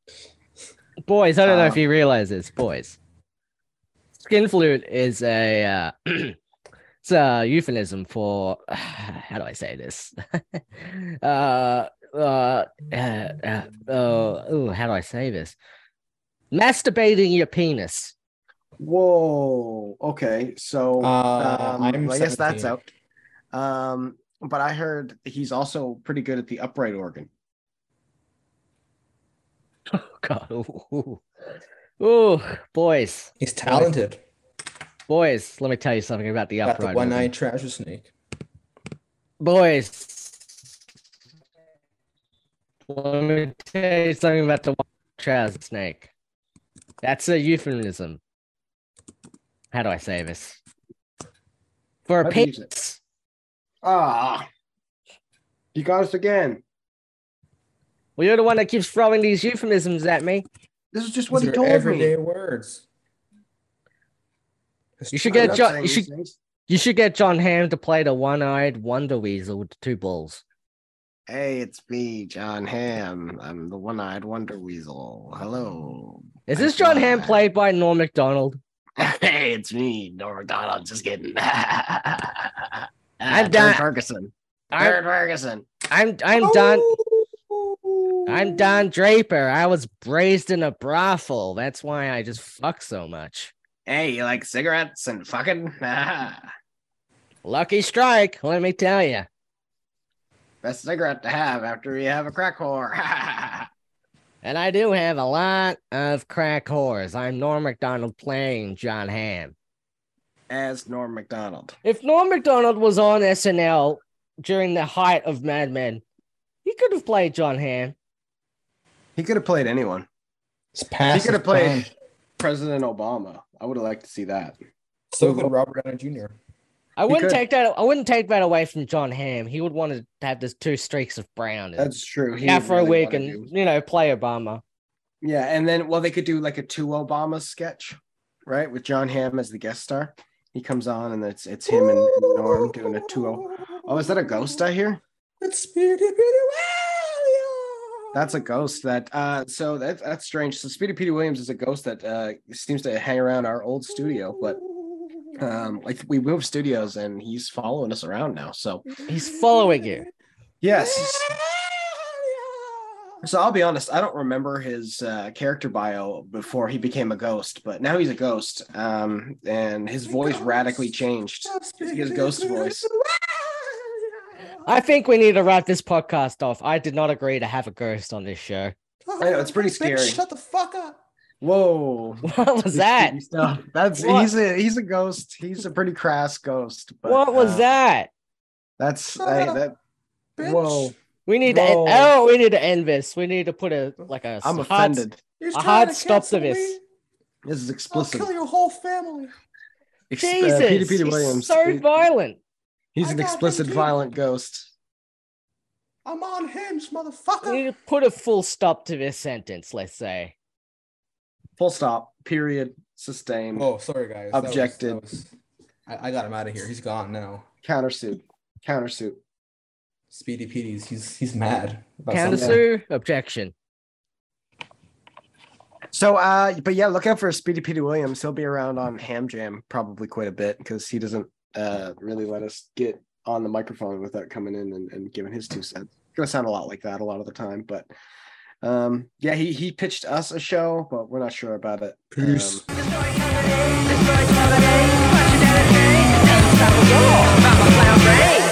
[SPEAKER 1] Boys, I don't know
[SPEAKER 3] Um,
[SPEAKER 1] if you realize this, boys. Skin flute is a uh, (clears throat) it's a euphemism for (sighs) how do I say this? (laughs) uh, uh, uh, uh, oh, ooh, how do I say this? Masturbating your penis. (laughs)
[SPEAKER 3] Whoa. Okay. So
[SPEAKER 4] Uh,
[SPEAKER 3] um,
[SPEAKER 4] I'm
[SPEAKER 3] I guess that's
[SPEAKER 4] 17.
[SPEAKER 3] out. Um, but I heard he's also pretty good at the upright organ.
[SPEAKER 1] Oh, God, ooh, ooh. Ooh, boys,
[SPEAKER 4] He's talented,
[SPEAKER 1] boys. Let me tell you something about the
[SPEAKER 4] got the
[SPEAKER 1] upright.
[SPEAKER 4] one
[SPEAKER 1] organ.
[SPEAKER 4] eyed treasure snake.
[SPEAKER 1] boys. Let me tell you something about the wild trouser snake. That's a euphemism. How do I say this? For a
[SPEAKER 3] How do you use it?
[SPEAKER 1] penis.
[SPEAKER 3] Ah, you got us again.
[SPEAKER 1] Well, you're the one that keeps throwing these euphemisms at me.
[SPEAKER 3] This is just what
[SPEAKER 4] These
[SPEAKER 3] he
[SPEAKER 4] are
[SPEAKER 3] told
[SPEAKER 4] everyday
[SPEAKER 3] me.
[SPEAKER 4] words. His
[SPEAKER 1] You should
[SPEAKER 3] I'm
[SPEAKER 1] get
[SPEAKER 3] not
[SPEAKER 1] John-
[SPEAKER 3] saying
[SPEAKER 1] you
[SPEAKER 3] these
[SPEAKER 1] should-
[SPEAKER 3] things.
[SPEAKER 1] You should get John Hamm to play the one-eyed wonder weasel with the two balls.
[SPEAKER 3] Hey, it's me, John Ham. I'm the one-eyed Wonder Weasel. Hello.
[SPEAKER 1] Is
[SPEAKER 3] I
[SPEAKER 1] this John
[SPEAKER 3] saw
[SPEAKER 1] Hamm
[SPEAKER 3] that.
[SPEAKER 1] played by Norm Macdonald?
[SPEAKER 3] (laughs) hey, it's me, Norm Donald. Just kidding. (laughs)
[SPEAKER 1] I'm
[SPEAKER 3] I'm
[SPEAKER 1] done.
[SPEAKER 3] Ferguson.
[SPEAKER 1] I'm
[SPEAKER 3] Third Ferguson.
[SPEAKER 1] I'm I'm Don
[SPEAKER 3] Oh.
[SPEAKER 1] I'm Don Draper. I was raised in a brothel. That's why I just fuck so much.
[SPEAKER 3] Hey, you like cigarettes and fucking? (laughs)
[SPEAKER 1] Lucky strike, let me tell you.
[SPEAKER 3] Best cigarette to have after you have a crack whore. (laughs)
[SPEAKER 1] And I do have a lot of crack whores. I'm Norm MacDonald playing John Hamm.
[SPEAKER 3] As Norm McDonald.
[SPEAKER 1] If Norm MacDonald was on SNL during the height of Mad Men, he could have played John Hamm.
[SPEAKER 3] He could have played anyone.
[SPEAKER 4] It's past
[SPEAKER 3] he could have
[SPEAKER 4] his
[SPEAKER 3] played
[SPEAKER 4] prime.
[SPEAKER 3] President Obama. I would have liked to see that.
[SPEAKER 4] So could Robert Downey Jr.
[SPEAKER 1] I wouldn't
[SPEAKER 3] could.
[SPEAKER 1] take that. I wouldn't take that away from John Hamm. He would want to have those two streaks of brown and
[SPEAKER 3] That's true. He
[SPEAKER 1] afro
[SPEAKER 3] really
[SPEAKER 1] wig,
[SPEAKER 3] wanted
[SPEAKER 1] and
[SPEAKER 3] to.
[SPEAKER 1] you know, play Obama.
[SPEAKER 3] yeah, and then well, they could do like a two Obama sketch, right? With John Hamm as the guest star. He comes on, and it's it's him and and Norm doing a two O. Oh, is that a ghost I hear?
[SPEAKER 4] It's Speedy Peter Williams.
[SPEAKER 3] That's a ghost that uh so that that's strange. So Speedy Petey Williams is a ghost that uh seems to hang around our old studio, but um like we moved studios and he's following us around now. So
[SPEAKER 1] He's following you.
[SPEAKER 3] yes. So I'll be honest, I don't remember his uh character bio before he became a ghost, but now he's a ghost. Um and his voice radically changed. His ghost voice.
[SPEAKER 1] I think we need to wrap this podcast off. I did not agree to have a ghost on this show. (laughs)
[SPEAKER 3] I know, it's pretty
[SPEAKER 4] Bitch,
[SPEAKER 3] scary.
[SPEAKER 4] Shut the fuck up.
[SPEAKER 3] Whoa.
[SPEAKER 1] What was that?
[SPEAKER 3] Spooky stuff. That's
[SPEAKER 1] What?
[SPEAKER 3] he's a he's a ghost. He's a pretty crass ghost. But,
[SPEAKER 1] what was
[SPEAKER 3] uh,
[SPEAKER 1] that?
[SPEAKER 3] That's
[SPEAKER 4] Shut
[SPEAKER 3] I,
[SPEAKER 4] up,
[SPEAKER 3] that.
[SPEAKER 4] Bitch,
[SPEAKER 3] Whoa,
[SPEAKER 1] We need to end,
[SPEAKER 3] Whoa.
[SPEAKER 1] oh, we need to end this. We need to put a like a
[SPEAKER 3] I'm
[SPEAKER 1] hard-
[SPEAKER 3] offended.
[SPEAKER 4] you're
[SPEAKER 1] I
[SPEAKER 4] trying
[SPEAKER 1] had
[SPEAKER 4] to
[SPEAKER 1] stopped
[SPEAKER 4] cancel
[SPEAKER 1] to this.
[SPEAKER 4] me?
[SPEAKER 3] This
[SPEAKER 1] Oh,
[SPEAKER 3] is
[SPEAKER 4] I'll
[SPEAKER 3] explicit.
[SPEAKER 4] kill your whole family.
[SPEAKER 3] Ex- uh,
[SPEAKER 1] Jesus,
[SPEAKER 3] Peter Peter
[SPEAKER 1] he's
[SPEAKER 3] Williams.
[SPEAKER 1] so
[SPEAKER 3] he-
[SPEAKER 1] violent.
[SPEAKER 3] He's
[SPEAKER 4] I
[SPEAKER 3] an
[SPEAKER 4] got him
[SPEAKER 3] explicit,
[SPEAKER 4] too.
[SPEAKER 3] violent ghost.
[SPEAKER 4] I'm on hinge,
[SPEAKER 1] We
[SPEAKER 4] motherfucker.
[SPEAKER 1] need to put a full stop to this sentence. Let's say.
[SPEAKER 3] Full stop. Period. Sustained.
[SPEAKER 4] Oh, sorry guys. That was-
[SPEAKER 3] Objected.
[SPEAKER 4] that was- I, I got him out of here. He's gone now.
[SPEAKER 3] Countersuit. Countersuit.
[SPEAKER 4] Speedy Petey's. He's he's mad. about
[SPEAKER 1] Counter
[SPEAKER 4] something.
[SPEAKER 1] sue objection.
[SPEAKER 3] So, uh, but yeah, look out for Speedy Petey Williams. He'll be around on Ham Jam probably quite a bit because he doesn't uh, really let us get on the microphone without coming in and, and giving his two cents. It's gonna sound a lot like that a lot of the time, but um, yeah, he he pitched us a show, but we're not sure about it.
[SPEAKER 4] Peace.
[SPEAKER 3] Um,
[SPEAKER 2] Destroy comedy, crush it at a train, and stop the war from a clown brain.